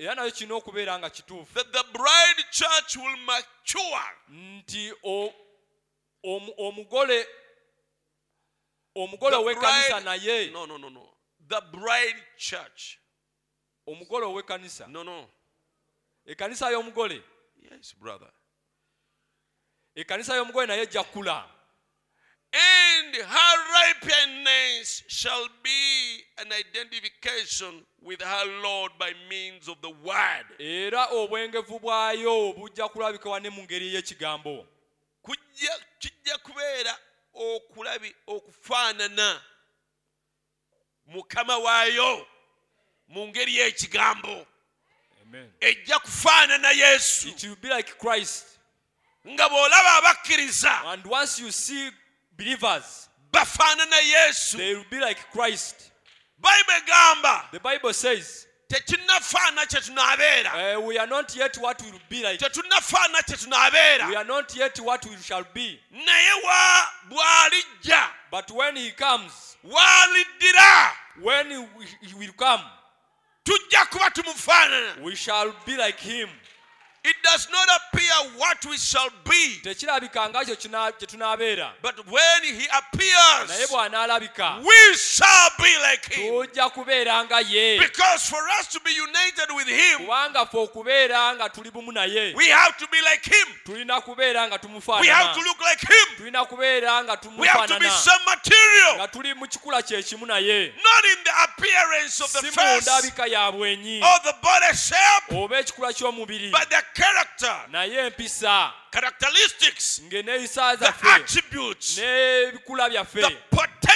[SPEAKER 2] era nayo kirina okubeera nga kituufu
[SPEAKER 1] that the bride church will mature.
[SPEAKER 2] nti o- omu- omugole omugole
[SPEAKER 1] The
[SPEAKER 2] ow'ekkanisa
[SPEAKER 1] bride-
[SPEAKER 2] naye
[SPEAKER 1] No, no, no, no. The bride church.
[SPEAKER 2] omugole ow'ekkanisa
[SPEAKER 1] No, no.
[SPEAKER 2] ekkanisa y'omugole
[SPEAKER 1] Yes, brother.
[SPEAKER 2] ekkanisa y'omugole naye ejja kkula
[SPEAKER 1] And her ripeness shall be an identification with her Lord by means of the word.
[SPEAKER 2] era obwengevu bwayo bujja kulabikibwa ne mu ngeri y'ekigambo
[SPEAKER 1] kujja kijja kubeera okulabi okufaanana mukama waayo mu ngeri y'ekigambo
[SPEAKER 2] Amen.
[SPEAKER 1] ejja kufaanana yesu
[SPEAKER 2] It will be like Christ.
[SPEAKER 1] nga bw'olaba abakkiriza
[SPEAKER 2] And once you see believers,
[SPEAKER 1] bafaanana yesu
[SPEAKER 2] they will be like Christ.
[SPEAKER 1] bayibuli egamba
[SPEAKER 2] The Bible says,
[SPEAKER 1] tekinnafaana kye tunaabeera
[SPEAKER 2] uh, We are not yet what we will be like.
[SPEAKER 1] tetunnafaana kye
[SPEAKER 2] We
[SPEAKER 1] tunaabeera
[SPEAKER 2] are not yet what we shall be.
[SPEAKER 1] naye wa bw'alijja
[SPEAKER 2] But when He comes,
[SPEAKER 1] w'aliddira
[SPEAKER 2] when He wi- He will come,
[SPEAKER 1] tujja kuba tumufaanana
[SPEAKER 2] we shall be like Him.
[SPEAKER 1] it does not appear what we shall be
[SPEAKER 2] tekirabikanga ekyo kina- kye tunaabeera
[SPEAKER 1] but when he
[SPEAKER 2] naye
[SPEAKER 1] appears
[SPEAKER 2] bw'anaalabika
[SPEAKER 1] we shall be like him
[SPEAKER 2] tujja kubeera nga ye
[SPEAKER 1] because for us to be united with him
[SPEAKER 2] kubanga ffe okubeera nga tuli bumu naye
[SPEAKER 1] we have to be like him
[SPEAKER 2] tulina kubeera nga
[SPEAKER 1] we have to
[SPEAKER 2] tumufaanana
[SPEAKER 1] look like him
[SPEAKER 2] tulina kubeera nga
[SPEAKER 1] we have to be
[SPEAKER 2] tumufaanana
[SPEAKER 1] some material
[SPEAKER 2] nga tuli mu kikula kye kimu naye
[SPEAKER 1] not in the appearance of the
[SPEAKER 2] si mu
[SPEAKER 1] face
[SPEAKER 2] ndabika ya bwenyi
[SPEAKER 1] or the body shape
[SPEAKER 2] oba ekikula ky'omubiri
[SPEAKER 1] but the character
[SPEAKER 2] naye empisa
[SPEAKER 1] characteristics
[SPEAKER 2] nge n'ebisa
[SPEAKER 1] the
[SPEAKER 2] zaffe
[SPEAKER 1] attributes
[SPEAKER 2] n'ebikula
[SPEAKER 1] the
[SPEAKER 2] byaffe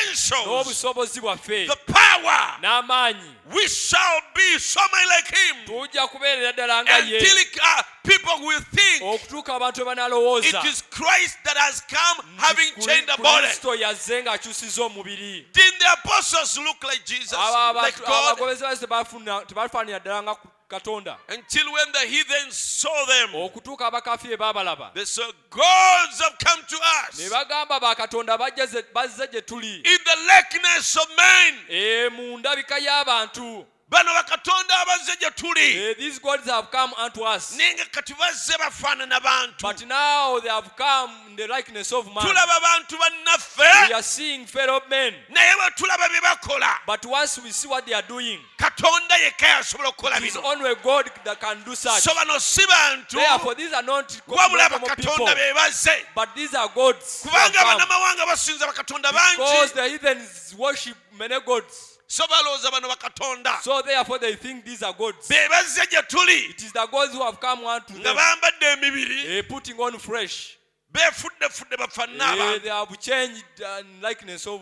[SPEAKER 1] potentials
[SPEAKER 2] n'obusobozi bwaffe
[SPEAKER 1] the power
[SPEAKER 2] n'amaanyi
[SPEAKER 1] we shall be so many like him
[SPEAKER 2] tujja kubeerera ddala nga ye
[SPEAKER 1] until uh, people will think
[SPEAKER 2] okutuuka abantu we banalowooza
[SPEAKER 1] it is Christ that has come
[SPEAKER 2] Mm-hmm.
[SPEAKER 1] having
[SPEAKER 2] Kuli-
[SPEAKER 1] changed the body.
[SPEAKER 2] Kristo yazze ng'akyusiza omubiri
[SPEAKER 1] Didn't the apostles look like Jesus,
[SPEAKER 2] Abo
[SPEAKER 1] like
[SPEAKER 2] abantu-
[SPEAKER 1] God?
[SPEAKER 2] abagobezi baze tebafuna- tebafaanira ddala nga katonda
[SPEAKER 1] Until when the heathen saw them,
[SPEAKER 2] okutuuka abakafiye baabalaba
[SPEAKER 1] they saw gods have come to
[SPEAKER 2] ne
[SPEAKER 1] us
[SPEAKER 2] bagamba bakatonda bajja ze- bazze gye tuli
[SPEAKER 1] in the likeness of men.
[SPEAKER 2] e mu ndabika y'abantu
[SPEAKER 1] Bano bakatonda abazze gye tuli
[SPEAKER 2] Eh, these gods have come unto us
[SPEAKER 1] naye nga kati bazze bafaanana bantu
[SPEAKER 2] but now they have come in the likeness of man
[SPEAKER 1] tulaba bantu
[SPEAKER 2] we
[SPEAKER 1] bannaffe
[SPEAKER 2] are seeing fellow men
[SPEAKER 1] naye bwe tulaba bye bakola
[SPEAKER 2] but once we see what they are doing
[SPEAKER 1] katonda yekka yasobola okukola
[SPEAKER 2] it's
[SPEAKER 1] bino
[SPEAKER 2] only a god that can do such
[SPEAKER 1] so bano si bantu
[SPEAKER 2] therefore these are not
[SPEAKER 1] wabula
[SPEAKER 2] normal
[SPEAKER 1] bakatonda
[SPEAKER 2] people
[SPEAKER 1] be bazze
[SPEAKER 2] But these are gods. who have
[SPEAKER 1] kubanga
[SPEAKER 2] come.
[SPEAKER 1] bannamawanga basinza bakatonda
[SPEAKER 2] Because
[SPEAKER 1] bangi
[SPEAKER 2] the heathens worship many gods.
[SPEAKER 1] so balowooza bano bakatonda
[SPEAKER 2] So therefore they think these are gods.
[SPEAKER 1] be bazze gye tuli
[SPEAKER 2] It is the gods who have come unto
[SPEAKER 1] nga
[SPEAKER 2] them.
[SPEAKER 1] bambadde emibiri
[SPEAKER 2] eh, putting on fresh.
[SPEAKER 1] beefuddefudde bafanna
[SPEAKER 2] Eh,
[SPEAKER 1] abantu
[SPEAKER 2] they have changed and likeness of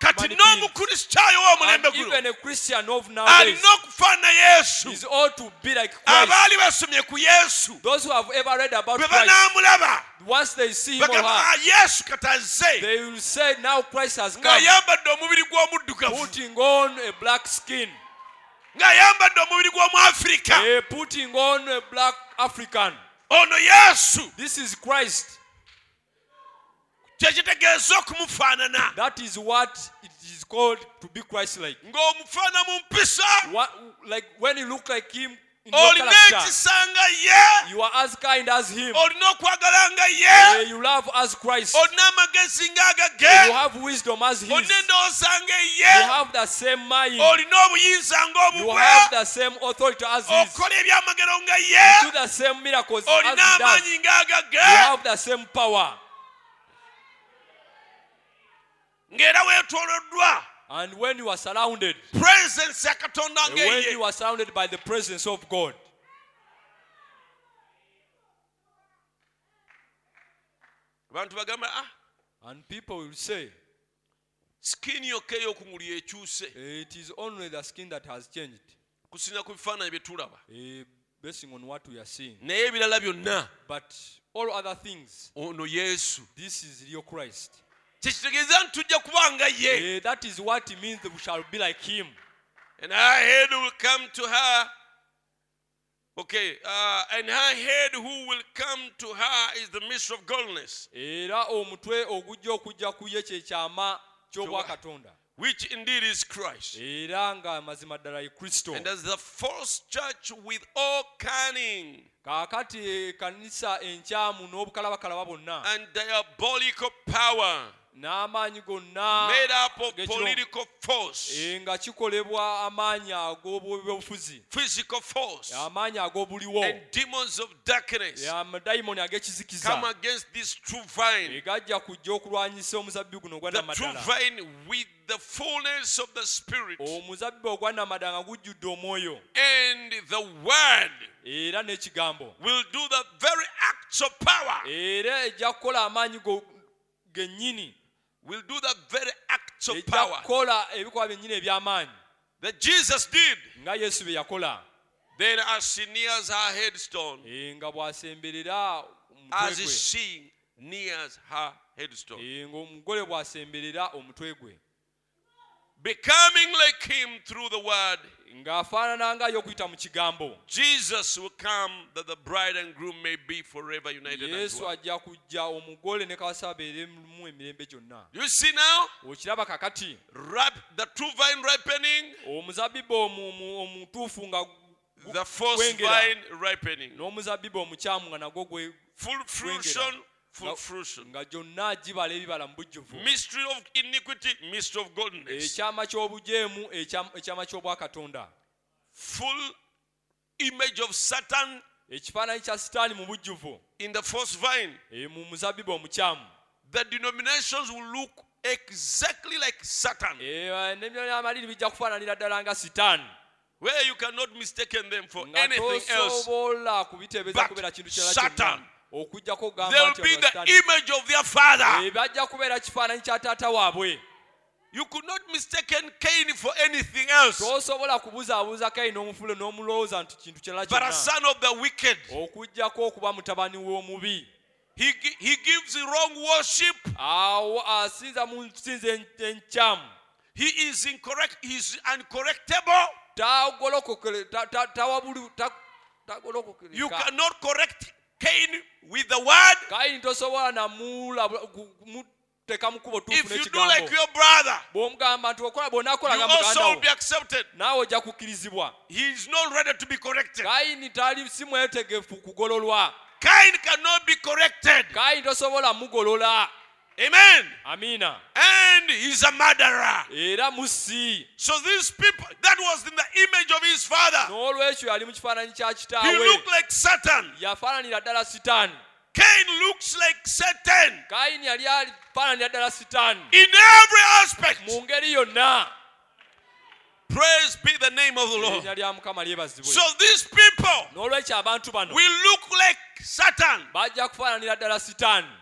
[SPEAKER 1] kati
[SPEAKER 2] humanity.
[SPEAKER 1] n'omukristaayo w'omulembe
[SPEAKER 2] and
[SPEAKER 1] guno
[SPEAKER 2] even a Christian of nowadays
[SPEAKER 1] alina okufaana yesu
[SPEAKER 2] is ought to be like Christ.
[SPEAKER 1] abaali basomye ku yesu
[SPEAKER 2] Those who have ever read about
[SPEAKER 1] bwe
[SPEAKER 2] Christ,
[SPEAKER 1] banaamulaba
[SPEAKER 2] once they see him or
[SPEAKER 1] bagamba "Ah,
[SPEAKER 2] her,
[SPEAKER 1] yesu katazze
[SPEAKER 2] they will say, Now Christ has come,
[SPEAKER 1] ng'ayambadde omubiri gw'omuddugavu
[SPEAKER 2] putting on a black skin,
[SPEAKER 1] ng'ayambadde omubiri gw'omuafirika
[SPEAKER 2] eh, putting on a black African.
[SPEAKER 1] ono yesu
[SPEAKER 2] This is Christ.
[SPEAKER 1] kyekitegeeza okumufaanana
[SPEAKER 2] That is what it is called to be Christ-like.
[SPEAKER 1] ng'omufaana mu mpisa
[SPEAKER 2] What, like when you look like Him in your
[SPEAKER 1] olina
[SPEAKER 2] character,
[SPEAKER 1] ekisa nga ye
[SPEAKER 2] you are as kind as Him.
[SPEAKER 1] olina okwagala nga
[SPEAKER 2] Eh,
[SPEAKER 1] ye
[SPEAKER 2] You love as Christ.
[SPEAKER 1] olina amagezi
[SPEAKER 2] You
[SPEAKER 1] ng'agage
[SPEAKER 2] have wisdom as His. You
[SPEAKER 1] olina endowooza nga ye
[SPEAKER 2] have the same mind.
[SPEAKER 1] olina obuyinza
[SPEAKER 2] You
[SPEAKER 1] ng'obubwe
[SPEAKER 2] have the same authority as His. You
[SPEAKER 1] okola ebyamagero nga ye
[SPEAKER 2] do the same miracles as
[SPEAKER 1] olina
[SPEAKER 2] He does. You
[SPEAKER 1] amaanyi ng'agage
[SPEAKER 2] have the same power.
[SPEAKER 1] ng'era weetooloddwa
[SPEAKER 2] And when you are surrounded,
[SPEAKER 1] puresensi ya katonda
[SPEAKER 2] eh,
[SPEAKER 1] nga
[SPEAKER 2] when
[SPEAKER 1] ye
[SPEAKER 2] you are surrounded by the presence of God,
[SPEAKER 1] abantu bagamba ah
[SPEAKER 2] and people will say,
[SPEAKER 1] sikini yokka ey'okungulu yekyuse
[SPEAKER 2] eh, it is only the skin that has changed.
[SPEAKER 1] kusinza ku bifaananyi bye tulaba
[SPEAKER 2] Eh, basing on what we are seeing.
[SPEAKER 1] naye ebirala byonna
[SPEAKER 2] But all other things,
[SPEAKER 1] ono yesu
[SPEAKER 2] this is real Christ.
[SPEAKER 1] kyekitegeeza nti tujja kubanga ye
[SPEAKER 2] Eh, that is what it means that we shall be like him.
[SPEAKER 1] and her head will come to her okay uh, and her head who will come to her is the mystery of godliness
[SPEAKER 2] era omutwe ogujja okujja ku ye kye kyama ky'obwakatonda
[SPEAKER 1] which indeed is christ
[SPEAKER 2] era nga amazima ddala ye kristo
[SPEAKER 1] and as the false church with all cunning
[SPEAKER 2] kaakati ekkanisa enkyamu n'obukalabakalaba bonna
[SPEAKER 1] and diabolical power
[SPEAKER 2] n'amaanyi gonna
[SPEAKER 1] made up of
[SPEAKER 2] ag'ekiro-
[SPEAKER 1] political force
[SPEAKER 2] eh, nga kikolebwa amaanyi ag'obyobufuzi
[SPEAKER 1] physical force
[SPEAKER 2] amaanyi ag'obuliwo
[SPEAKER 1] and demons of darkness
[SPEAKER 2] eh, amadayimoni
[SPEAKER 1] come
[SPEAKER 2] ag'ekizikiza
[SPEAKER 1] against this true vine
[SPEAKER 2] egajja kujja okulwanyisa omuzabbibu guno ogwa
[SPEAKER 1] the true
[SPEAKER 2] namaddala
[SPEAKER 1] vine with the fullness of the spirit
[SPEAKER 2] omuzabbibu ogwanamadanga gujjudde omwoyo
[SPEAKER 1] and the word
[SPEAKER 2] era n'ekigambo
[SPEAKER 1] will do the very acts of power
[SPEAKER 2] era ejja kukola amaanyi go- gennyini
[SPEAKER 1] will do the very acts of
[SPEAKER 2] ejja
[SPEAKER 1] power
[SPEAKER 2] kukola ebikolwa byennyini eby'amaanyi
[SPEAKER 1] that Jesus did.
[SPEAKER 2] nga yesu bye yakola
[SPEAKER 1] Then, as she nears her headstone,
[SPEAKER 2] Eh, nga bw'asemberera
[SPEAKER 1] as
[SPEAKER 2] omutwe gwe
[SPEAKER 1] she nears her headstone,
[SPEAKER 2] Eh, ng'omugole bw'asemberera omutwe gwe
[SPEAKER 1] becoming like him through the word,
[SPEAKER 2] ng'afaananangayo okuyita mu kigambo
[SPEAKER 1] Jesus will come that the bride and groom may be forever united as
[SPEAKER 2] yesu
[SPEAKER 1] one.
[SPEAKER 2] ajja kujja omugole ne kawasa abeeremu emirembe gyonna
[SPEAKER 1] You see now,
[SPEAKER 2] okiraba kakati
[SPEAKER 1] ripe, the true vine ripening,
[SPEAKER 2] omuzabibu omu- omu- omutuufu nga gu-
[SPEAKER 1] the first
[SPEAKER 2] Wengera.
[SPEAKER 1] vine ripening,
[SPEAKER 2] n'omuzabibu omukyamu nga nagwo gwe
[SPEAKER 1] full fruition, full fruition,
[SPEAKER 2] nga gyonna gibala ebibala mu bujjuvu
[SPEAKER 1] mystery of iniquity, mystery of godliness,
[SPEAKER 2] ekyama ky'obujeemu ekyam- ekyama ky'obwakatonda
[SPEAKER 1] full image of Satan
[SPEAKER 2] ekifaananyi kya sitaani mu bujjuvu
[SPEAKER 1] in the first vine.
[SPEAKER 2] eh, mu muzabibu omukyamu
[SPEAKER 1] The denominations will look exactly like Satan.
[SPEAKER 2] E, n'ebyamamaliri bijja kufaananira ddala nga sitaani
[SPEAKER 1] where you cannot mistaken them for
[SPEAKER 2] nga
[SPEAKER 1] anything else.
[SPEAKER 2] tosobola kubiteebeza
[SPEAKER 1] but
[SPEAKER 2] kubeera kintu kirala
[SPEAKER 1] Satan.
[SPEAKER 2] kyonna okugjako
[SPEAKER 1] They'll
[SPEAKER 2] okugamba nti
[SPEAKER 1] be
[SPEAKER 2] ono
[SPEAKER 1] the
[SPEAKER 2] Sitaani.
[SPEAKER 1] image of their father.
[SPEAKER 2] Eh, bajja kubeera kifaananyi kya taata waabwe
[SPEAKER 1] You could not mistaken Cain for anything else,
[SPEAKER 2] tosobola kubuzaabuuza kayi n'omufulo n'omulowooza nti kintu kirala
[SPEAKER 1] but a
[SPEAKER 2] kyonna
[SPEAKER 1] son of the wicked.
[SPEAKER 2] okugjako okuba mutabani w'omubi
[SPEAKER 1] He, gi- he gives wrong worship.
[SPEAKER 2] awo asinza mu nsinza en- enkyamu
[SPEAKER 1] He is incorrect. He is uncorrectable.
[SPEAKER 2] tagolokokere ta- ta- tawabulu- ta-
[SPEAKER 1] You
[SPEAKER 2] tagolokokereka
[SPEAKER 1] cannot correct Cain with the word.
[SPEAKER 2] kayini tosobola namulabula- ku- kumuteeka mu kkubo tuufu
[SPEAKER 1] If you do like
[SPEAKER 2] n'ekigambo
[SPEAKER 1] your brother,
[SPEAKER 2] bw'omugamba nti okola bw'onaakola
[SPEAKER 1] you
[SPEAKER 2] nga
[SPEAKER 1] also
[SPEAKER 2] muganda
[SPEAKER 1] will
[SPEAKER 2] wo
[SPEAKER 1] be accepted.
[SPEAKER 2] naawe ojja kukkirizibwa
[SPEAKER 1] He is not ready to be corrected.
[SPEAKER 2] kayini tali si mwetegefu kugololwa
[SPEAKER 1] Cain cannot be corrected.
[SPEAKER 2] kayini tosobola mugolola
[SPEAKER 1] Amen.
[SPEAKER 2] amiina
[SPEAKER 1] And he's a murderer.
[SPEAKER 2] era musi
[SPEAKER 1] So these people, that was in the image of his father.
[SPEAKER 2] n'olwekyo yali mu kifaananyi kya
[SPEAKER 1] He
[SPEAKER 2] kitaawe
[SPEAKER 1] looked like Satan.
[SPEAKER 2] yafaananira ddala sitaani
[SPEAKER 1] Cain looks like Satan
[SPEAKER 2] kayini yali afaananira ddala sitaani
[SPEAKER 1] in every aspect.
[SPEAKER 2] mu ngeri yonna
[SPEAKER 1] Praise be the name of the
[SPEAKER 2] erinnya
[SPEAKER 1] Lord.
[SPEAKER 2] lya mukama
[SPEAKER 1] So
[SPEAKER 2] lyebazibwe
[SPEAKER 1] these people
[SPEAKER 2] n'olwekyo abantu bano
[SPEAKER 1] will look like Satan.
[SPEAKER 2] bajja kufaananira ddala sitaani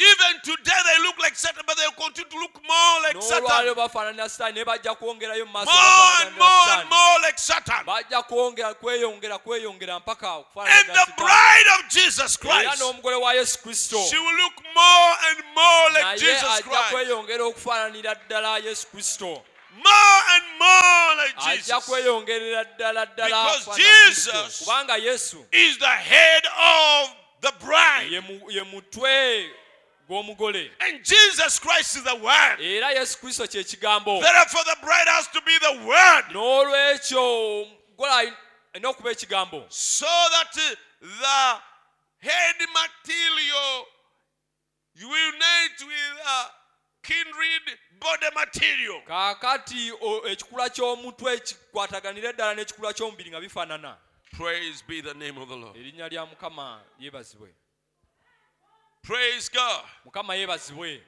[SPEAKER 1] Even today they look like Satan, but they'll continue to look more like
[SPEAKER 2] n'olwaliro
[SPEAKER 1] Satan.
[SPEAKER 2] bafaananira sitaani naye bajja kwongerayo mu maaso
[SPEAKER 1] More and more
[SPEAKER 2] bafaananira
[SPEAKER 1] and
[SPEAKER 2] sitaani.
[SPEAKER 1] more like Satan.
[SPEAKER 2] bajja kwongera kweyongera kweyongera mpaka
[SPEAKER 1] And
[SPEAKER 2] okufaananira
[SPEAKER 1] the
[SPEAKER 2] sitaani.
[SPEAKER 1] bride of Jesus
[SPEAKER 2] era
[SPEAKER 1] Christ,
[SPEAKER 2] n'omugole wa yesu kristo
[SPEAKER 1] she will look more and more like
[SPEAKER 2] naye
[SPEAKER 1] Jesus
[SPEAKER 2] ajja
[SPEAKER 1] Christ.
[SPEAKER 2] kweyongera okufaananira ddala yesu kristo
[SPEAKER 1] More and more like
[SPEAKER 2] ajja
[SPEAKER 1] Jesus.
[SPEAKER 2] kweyongerera ddala ddala
[SPEAKER 1] Because
[SPEAKER 2] okufaanana Kristo.
[SPEAKER 1] Jesus-
[SPEAKER 2] kubanga yesu
[SPEAKER 1] is the head of the
[SPEAKER 2] ye
[SPEAKER 1] bride.
[SPEAKER 2] mu- ye mutwe gw'omugole
[SPEAKER 1] And Jesus Christ is the word.
[SPEAKER 2] era yesu kristo kye kigambo
[SPEAKER 1] Therefore, the bride has to be the word
[SPEAKER 2] n'olwekyo omugole ali- alina okuba ekigambo
[SPEAKER 1] so that uh, the head material unite with a kindred body material.
[SPEAKER 2] kaakati o- ekikula ky'omutwe kikwataganira eddala n'ekikula ky'omubiri nga bifaanana
[SPEAKER 1] Praise be the name of the Lord.
[SPEAKER 2] erinnya lya mukama yeebazibwe
[SPEAKER 1] Praise God.
[SPEAKER 2] mukama yeebazibwe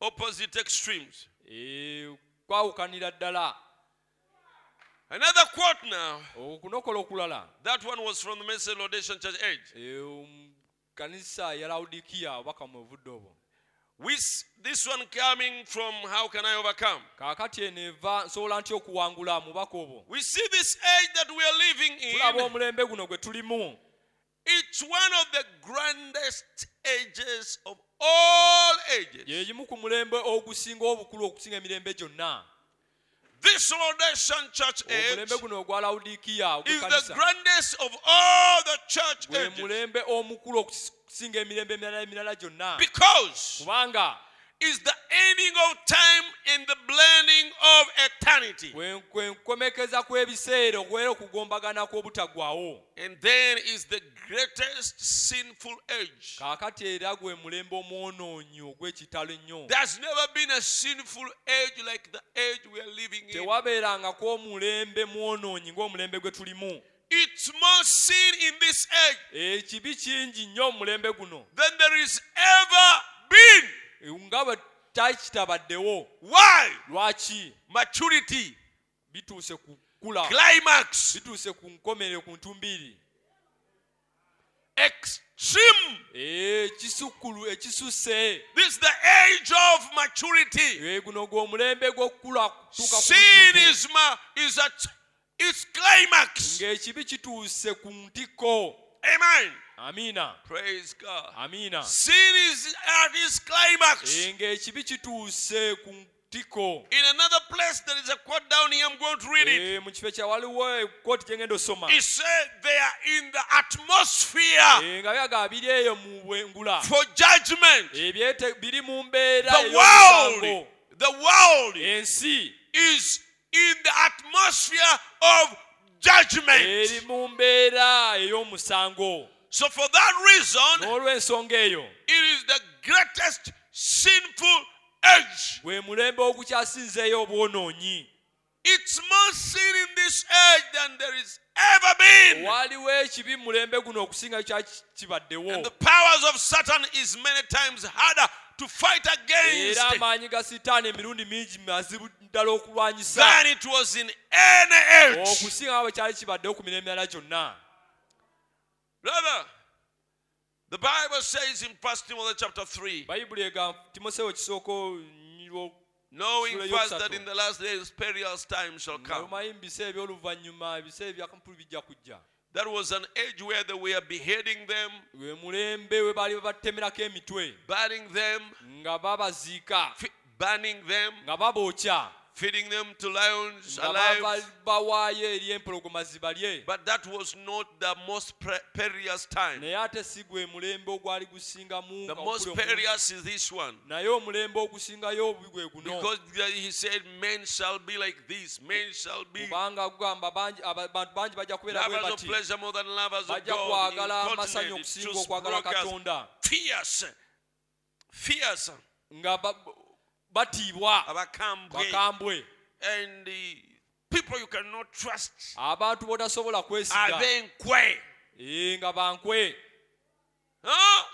[SPEAKER 1] Opposite extremes.
[SPEAKER 2] Eh, kwawukanira ddala
[SPEAKER 1] Another quote now.
[SPEAKER 2] okunokola okulala
[SPEAKER 1] That one was from the Message Laudation Church Age.
[SPEAKER 2] Eh, um, kanisa ya laudikiya obaka mwevudde obwo
[SPEAKER 1] We, s- this one coming from How Can I Overcome?
[SPEAKER 2] kaakati eno eva nsobola ntya okuwangula mubaka obwo
[SPEAKER 1] We see this age that we are living
[SPEAKER 2] tulaba
[SPEAKER 1] in.
[SPEAKER 2] omulembe guno gwe tulimu
[SPEAKER 1] It's one of the grandest ages of all
[SPEAKER 2] ye
[SPEAKER 1] ages.
[SPEAKER 2] gimu ku mulembe ogusinga obukulu okusinga emirembe gyonna
[SPEAKER 1] This Laudation Church age
[SPEAKER 2] omulembe guno ogwa laudikiya
[SPEAKER 1] is the
[SPEAKER 2] ogwekanisa
[SPEAKER 1] grandest of all the church
[SPEAKER 2] gwe
[SPEAKER 1] ages
[SPEAKER 2] mulembe omukulu okusinga emirembe emirala emirala gyonna
[SPEAKER 1] because
[SPEAKER 2] kubanga
[SPEAKER 1] it's the ending of time and the blending of eternity.
[SPEAKER 2] kwe- kwe nkomekeza kw'ebiseera okuwera okugombagana kw'obutaggwawo
[SPEAKER 1] And then is the greatest sinful age.
[SPEAKER 2] kaakati era gwe mulembe omwonoonyi ogw'ekitalo ennyo
[SPEAKER 1] There's never been a sinful age like the age we are living in.
[SPEAKER 2] tewabeerangako omulembe mwonoonyi ng'omulembe gwe tulimu
[SPEAKER 1] It's more sin in this age
[SPEAKER 2] ekibi kingi nnyo omulembe guno
[SPEAKER 1] than there is ever been.
[SPEAKER 2] nga bwe takitabaddewo
[SPEAKER 1] Why?
[SPEAKER 2] lwaki
[SPEAKER 1] Maturity,
[SPEAKER 2] bituuse ku kkula
[SPEAKER 1] climax.
[SPEAKER 2] bituuse ku nkomerero ku ntumbiiri
[SPEAKER 1] extreme.
[SPEAKER 2] Eh, ekisukkulu ekisusse
[SPEAKER 1] This is the age of maturity.
[SPEAKER 2] Eh, guno gw'omulembe gw'okukula kutuuka ku
[SPEAKER 1] Sin
[SPEAKER 2] butuufu.
[SPEAKER 1] is, ma- is at its climax.
[SPEAKER 2] ng'ekibi kituuse ku ntikko
[SPEAKER 1] Amen.
[SPEAKER 2] amiina
[SPEAKER 1] Praise God.
[SPEAKER 2] amiina
[SPEAKER 1] Sin is at its climax.
[SPEAKER 2] Eh, ng'ekibi kituuse ku ntikko
[SPEAKER 1] In another place, there is a quote down here. I'm going to read it.
[SPEAKER 2] Eh, mu kifo ekya waliwo ekooti gye ngenda osoma
[SPEAKER 1] It said they are in the atmosphere
[SPEAKER 2] Eh, nga byaga biri eyo mu bwengula
[SPEAKER 1] for judgment.
[SPEAKER 2] ebyete biri mu mbeera
[SPEAKER 1] The world,
[SPEAKER 2] ey'omusango
[SPEAKER 1] the world
[SPEAKER 2] ensi
[SPEAKER 1] is in the atmosphere of judgment.
[SPEAKER 2] eri mu mbeera ey'omusango
[SPEAKER 1] So for that reason,
[SPEAKER 2] n'olw'ensonga eyo
[SPEAKER 1] It is the greatest sinful age.
[SPEAKER 2] gwe mulembe ogukyasinzeeyo obwonoonyi
[SPEAKER 1] It's more sin in this age than there is ever been.
[SPEAKER 2] waliwo ekibi mu mulembe guno okusinga kyakibaddewo
[SPEAKER 1] And the powers of Satan is many times harder to fight
[SPEAKER 2] era
[SPEAKER 1] against
[SPEAKER 2] amaanyi ga sitaani emirundi mingi mazibu ddala okulwanyisa
[SPEAKER 1] than it was in any
[SPEAKER 2] Oh,
[SPEAKER 1] age.
[SPEAKER 2] okusinga bwe kyali kibaddewo ku mirembe emirala gyonna
[SPEAKER 1] Brother, the Bible says in 1 Timothy chapter 3,
[SPEAKER 2] bayibuli ega timoseewo kisooka nyirwo
[SPEAKER 1] knowing
[SPEAKER 2] Sura
[SPEAKER 1] first
[SPEAKER 2] yokusatu.
[SPEAKER 1] that in the last days perilous times shall come.
[SPEAKER 2] omanyi mu biseera eby'oluvannyuma ebiseera ebyakampulu bijja kujja
[SPEAKER 1] That was an age where they were beheading them,
[SPEAKER 2] gwe mulembe we baali babatemerako emitwe
[SPEAKER 1] burning them,
[SPEAKER 2] nga babaziika
[SPEAKER 1] fi- burning them,
[SPEAKER 2] nga babookya
[SPEAKER 1] feeding them to lions
[SPEAKER 2] nga
[SPEAKER 1] alive.
[SPEAKER 2] baba- bawaayo eri empologoma zibalye
[SPEAKER 1] But that was not the most pre- perilous time.
[SPEAKER 2] naye ate si gwe mulembe ogwali gusingamu
[SPEAKER 1] The
[SPEAKER 2] nga
[SPEAKER 1] most
[SPEAKER 2] okuli omu-
[SPEAKER 1] perilous is this one.
[SPEAKER 2] naye omulembe ogusingayo obubi gwe guno
[SPEAKER 1] Because the- he said, Men shall be like this, men shall be
[SPEAKER 2] kubanga gugamba bangi- aba- abantu bangi bajja kubeera bwe
[SPEAKER 1] lovers of
[SPEAKER 2] bati
[SPEAKER 1] pleasure more than lovers of
[SPEAKER 2] bajja
[SPEAKER 1] God,
[SPEAKER 2] kwagala amasanyu
[SPEAKER 1] incontinent,
[SPEAKER 2] okusinga
[SPEAKER 1] truth
[SPEAKER 2] okwagala
[SPEAKER 1] brokers,
[SPEAKER 2] katonda
[SPEAKER 1] fierce, fierce,
[SPEAKER 2] nga ba- batiibwa
[SPEAKER 1] abakambwe,
[SPEAKER 2] bakambwe
[SPEAKER 1] and the people you cannot trust
[SPEAKER 2] abantu botasobola
[SPEAKER 1] are
[SPEAKER 2] kwesiga
[SPEAKER 1] then quay.
[SPEAKER 2] Eh, nga bankwe
[SPEAKER 1] Huh?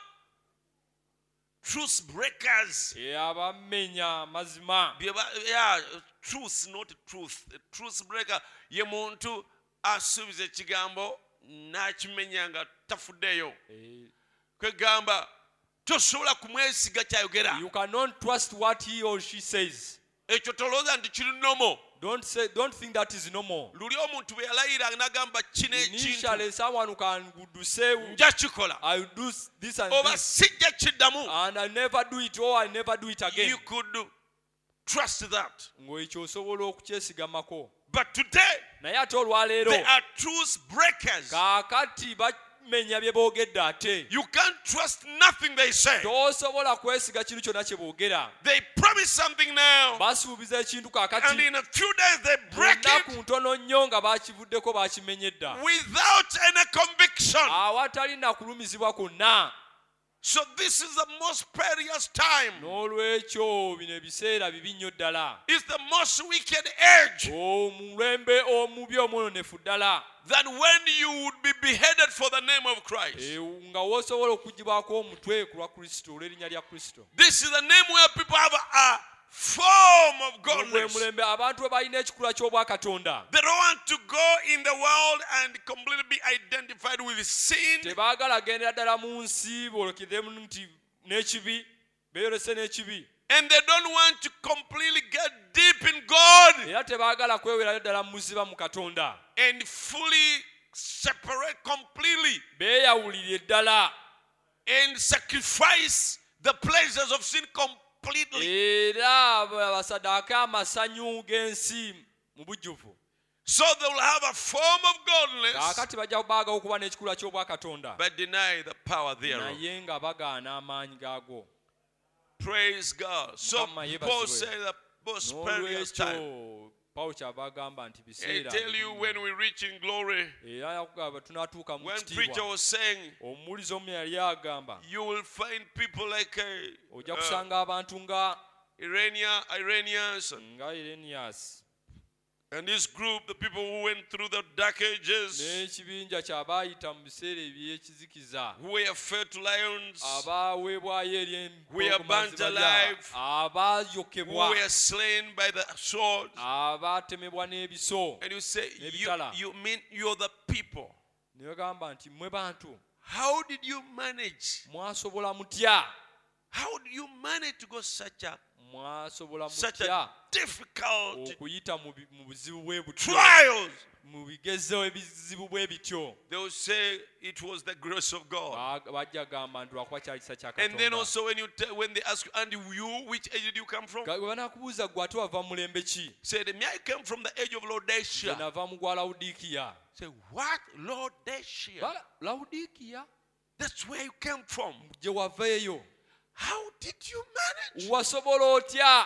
[SPEAKER 1] Truth breakers.
[SPEAKER 2] Eh, abamenya amazima
[SPEAKER 1] bye ba- yeah, truth not truth truth breaker ye muntu asuubiza ekigambo n'akimenya nga tafuddeyo
[SPEAKER 2] Eh,
[SPEAKER 1] kwegamba tosobola kumwesiga kyayogera
[SPEAKER 2] you cannot trust what he or she says
[SPEAKER 1] ekyo tolowooza nti kiri nomo
[SPEAKER 2] don't say don't think that is normal
[SPEAKER 1] luli omuntu bwe yalayira n'agamba kino ekintu
[SPEAKER 2] initially someone can do say
[SPEAKER 1] nja Oh, kikola
[SPEAKER 2] i will do this and
[SPEAKER 1] oba
[SPEAKER 2] this
[SPEAKER 1] sijja kiddamu
[SPEAKER 2] and i never do it or i never do it again
[SPEAKER 1] you could trust that
[SPEAKER 2] ng'ekyo osobola okukyesigamako
[SPEAKER 1] but today
[SPEAKER 2] naye ate olwaleero
[SPEAKER 1] they are truth breakers
[SPEAKER 2] kaakati bamenya bye boogedde ate
[SPEAKER 1] you can't trust nothing they say
[SPEAKER 2] tosobola kwesiga kintu kyonna kye boogera
[SPEAKER 1] they promise something now
[SPEAKER 2] basuubiza ekintu
[SPEAKER 1] And
[SPEAKER 2] kaakati
[SPEAKER 1] in a few days they
[SPEAKER 2] mu
[SPEAKER 1] break
[SPEAKER 2] nnaku
[SPEAKER 1] it
[SPEAKER 2] ntono nnyo nga baakivuddeko baakimenye dda
[SPEAKER 1] without any conviction.
[SPEAKER 2] Ah. awatali nakulumizibwa kwonna
[SPEAKER 1] So this is the most perilous time.
[SPEAKER 2] n'olwekyo bino ebiseera bibi nnyo ddala
[SPEAKER 1] It's the most wicked age
[SPEAKER 2] omulembe omubi omwononefu ddala
[SPEAKER 1] that when you would be beheaded for the name of Christ.
[SPEAKER 2] Eh, nga woosobola okugibwako omutwe ku lwa kristo olw'erinnya lya kristo
[SPEAKER 1] This is the name where people have a form of
[SPEAKER 2] gwe
[SPEAKER 1] godliness.
[SPEAKER 2] mulembe abantu we balina ekikula ky'obwakatonda
[SPEAKER 1] They don't want to go in the world and completely be identified with sin.
[SPEAKER 2] tebaagala gendera ddala mu nsi boolokedemu nti n'ekibi beeyolese n'ekibi
[SPEAKER 1] And they don't want to completely get deep in God
[SPEAKER 2] era tebaagala kwewerayo ddala mu muziba mu katonda
[SPEAKER 1] and fully separate completely
[SPEAKER 2] beeyawulire ddala
[SPEAKER 1] and sacrifice the pleasures of sin completely.
[SPEAKER 2] era basadaaka amasanyu g'ensi mu bujjuvu
[SPEAKER 1] So they will have a form of godliness,
[SPEAKER 2] kaakati bajja kubaagawo okuba n'ekikula ky'obwakatonda
[SPEAKER 1] but deny the power thereof.
[SPEAKER 2] naye nga bagaana amaanyi gaago
[SPEAKER 1] Praise God. So
[SPEAKER 2] Mukama yeebazibwe.
[SPEAKER 1] Paul said the most perilous time.
[SPEAKER 2] n'olwekyo pawulo kyava agamba nti
[SPEAKER 1] I
[SPEAKER 2] biseera
[SPEAKER 1] tell you, when we reach in glory,
[SPEAKER 2] era yakugamba tunatuuka mu
[SPEAKER 1] when preacher
[SPEAKER 2] kitiibwa
[SPEAKER 1] was saying,
[SPEAKER 2] omuwulizi omu yali agamba
[SPEAKER 1] you will find people like uh,
[SPEAKER 2] ojja
[SPEAKER 1] uh,
[SPEAKER 2] kusanga abantu nga
[SPEAKER 1] Irania, Iranians and-
[SPEAKER 2] nga erenias
[SPEAKER 1] and this group, the people who went through the dark ages,
[SPEAKER 2] n'ekibinja kyabaayita mu biseera eby'ekizikiza
[SPEAKER 1] who were fed to lions,
[SPEAKER 2] Ah, abaaweebwayo eri
[SPEAKER 1] We are
[SPEAKER 2] empologoma
[SPEAKER 1] burnt
[SPEAKER 2] zibala,
[SPEAKER 1] alive. who
[SPEAKER 2] abaayokebwa
[SPEAKER 1] were slain by the sword.
[SPEAKER 2] Ah. abaatemebwa n'ebiso
[SPEAKER 1] And you say, you,
[SPEAKER 2] Nebitala.
[SPEAKER 1] you mean you're the people.
[SPEAKER 2] ne bagamba nti mmwe bantu
[SPEAKER 1] How did you manage?
[SPEAKER 2] mwasobola mutya
[SPEAKER 1] How did you manage to go such a
[SPEAKER 2] mwasobola
[SPEAKER 1] such
[SPEAKER 2] mutya
[SPEAKER 1] a
[SPEAKER 2] Oh,
[SPEAKER 1] difficult
[SPEAKER 2] okuyita mu bi- mu buzibu bwe butyo
[SPEAKER 1] trials?
[SPEAKER 2] mu bigezo ebizibu bwe bityo
[SPEAKER 1] They will say it was the grace of God.
[SPEAKER 2] Ba- bajja gamba nti lwakuba kyalisa kya
[SPEAKER 1] And then
[SPEAKER 2] Ah, katonda
[SPEAKER 1] also when you te- when they ask you, and you, which age did you come from?
[SPEAKER 2] Ga- bwe banaakubuuza ggwe ate wava mu mulembe ki
[SPEAKER 1] Said, me, I came from the age of
[SPEAKER 2] Nze
[SPEAKER 1] Laodicea.
[SPEAKER 2] nava mu gwa lawudiikiya
[SPEAKER 1] Say, what? Laodicea?
[SPEAKER 2] Ba- lawudiikiya
[SPEAKER 1] That's where you came from.
[SPEAKER 2] gye wava eyo
[SPEAKER 1] How did you manage?
[SPEAKER 2] wasobola otya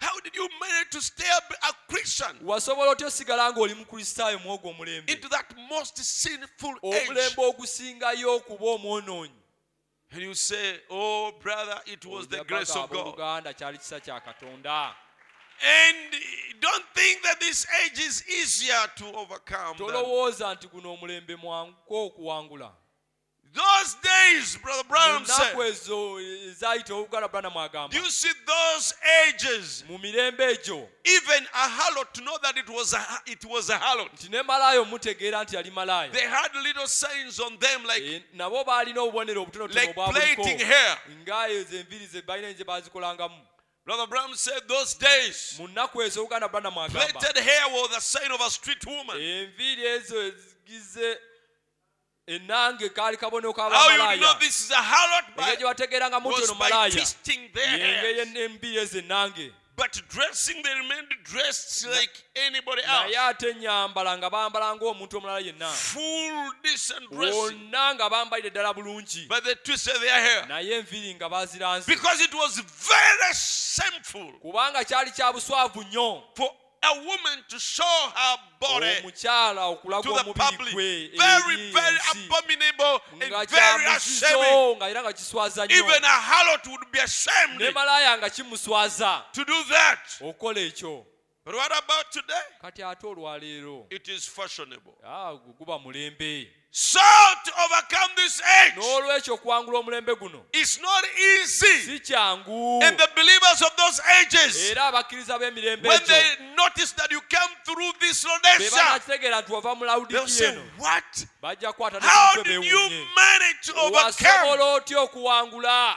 [SPEAKER 1] How did you manage to stay a Christian
[SPEAKER 2] wasobola otya osigala ng'oli mukristaayo mu ogwo omulembe
[SPEAKER 1] into that most sinful age?
[SPEAKER 2] omulembe ogusingayo okuba omwonoonyi
[SPEAKER 1] And you say, Oh, brother, it was the grace of God.
[SPEAKER 2] oluganda kyali kisa kya katonda
[SPEAKER 1] And don't think that this age is easier to overcome. than-
[SPEAKER 2] tolowooza nti guno omulembe mwanguko okuwangula
[SPEAKER 1] Those days, Brother Branham said,
[SPEAKER 2] ennaku ezo ezaayita obuganda bana
[SPEAKER 1] Do
[SPEAKER 2] mwagamba
[SPEAKER 1] you see those ages?
[SPEAKER 2] mu mirembe egyo
[SPEAKER 1] Even a harlot to know that it was a, it was a harlot.
[SPEAKER 2] nti ne malaayo mutegeera nti yali malaayo
[SPEAKER 1] They had little signs on them like,
[SPEAKER 2] E, nabo baalina obubonero obutonotono
[SPEAKER 1] like
[SPEAKER 2] obwa
[SPEAKER 1] plaiting
[SPEAKER 2] buliko
[SPEAKER 1] hair.
[SPEAKER 2] ngaayo ezo enviri ze balina ze baazikolangamu
[SPEAKER 1] Brother Branham said, Those days,
[SPEAKER 2] mu nnaku ezo obuganda bana mwagamba
[SPEAKER 1] plaited hair was a sign of a street woman.
[SPEAKER 2] enviiri ezo ezigize enange kaali kabonero
[SPEAKER 1] How you know
[SPEAKER 2] k'abamalaya
[SPEAKER 1] this is a harlot?
[SPEAKER 2] engeri
[SPEAKER 1] By,
[SPEAKER 2] gye bategeranga muti
[SPEAKER 1] was
[SPEAKER 2] ono
[SPEAKER 1] by
[SPEAKER 2] malaaya
[SPEAKER 1] twisting their
[SPEAKER 2] yengeri
[SPEAKER 1] hair.
[SPEAKER 2] en- enviiri ezo enange
[SPEAKER 1] But dressing, they remained dressed like anybody else.
[SPEAKER 2] naye ate enyambala nga bambala ng'omuntu omulala yenna
[SPEAKER 1] Full decent dressing.
[SPEAKER 2] wonna nga bambalire ddala bulungi
[SPEAKER 1] But they twisted their hair.
[SPEAKER 2] naye enviiri nga baziranze
[SPEAKER 1] Because it was very shameful
[SPEAKER 2] kubanga kyali kya buswavu nnyo
[SPEAKER 1] for a woman to show her body
[SPEAKER 2] omukyala okulaga
[SPEAKER 1] eh, to the
[SPEAKER 2] omubiri
[SPEAKER 1] public.
[SPEAKER 2] gwe
[SPEAKER 1] Very,
[SPEAKER 2] eri
[SPEAKER 1] very
[SPEAKER 2] ensi
[SPEAKER 1] abominable
[SPEAKER 2] nga
[SPEAKER 1] and very ashaming.
[SPEAKER 2] kyamuzizo nga era nga kiswaza
[SPEAKER 1] Even a
[SPEAKER 2] nnyo
[SPEAKER 1] harlot would be ashamed
[SPEAKER 2] ne malaaya nga kimuswaza
[SPEAKER 1] to do that.
[SPEAKER 2] okola ekyo
[SPEAKER 1] But what about today?
[SPEAKER 2] kati ate olwaleero
[SPEAKER 1] It is fashionable.
[SPEAKER 2] Ah, gu- guba mulembe
[SPEAKER 1] So to overcome this age
[SPEAKER 2] n'olwekyo okuwangula omulembe guno
[SPEAKER 1] is not easy.
[SPEAKER 2] si kyangu
[SPEAKER 1] And the believers of those ages,
[SPEAKER 2] oh. era abakkiriza b'emirembe
[SPEAKER 1] when
[SPEAKER 2] egyo
[SPEAKER 1] they notice that you come through this
[SPEAKER 2] be
[SPEAKER 1] Rhodesia,
[SPEAKER 2] banakitegeera nti wava mu
[SPEAKER 1] they'll
[SPEAKER 2] lawudiiki
[SPEAKER 1] say,
[SPEAKER 2] eno
[SPEAKER 1] What?
[SPEAKER 2] bajja kwata
[SPEAKER 1] How
[SPEAKER 2] nekutwe
[SPEAKER 1] did you
[SPEAKER 2] beewuunye
[SPEAKER 1] manage to
[SPEAKER 2] Oh,
[SPEAKER 1] overcome?
[SPEAKER 2] wasobola otya okuwangula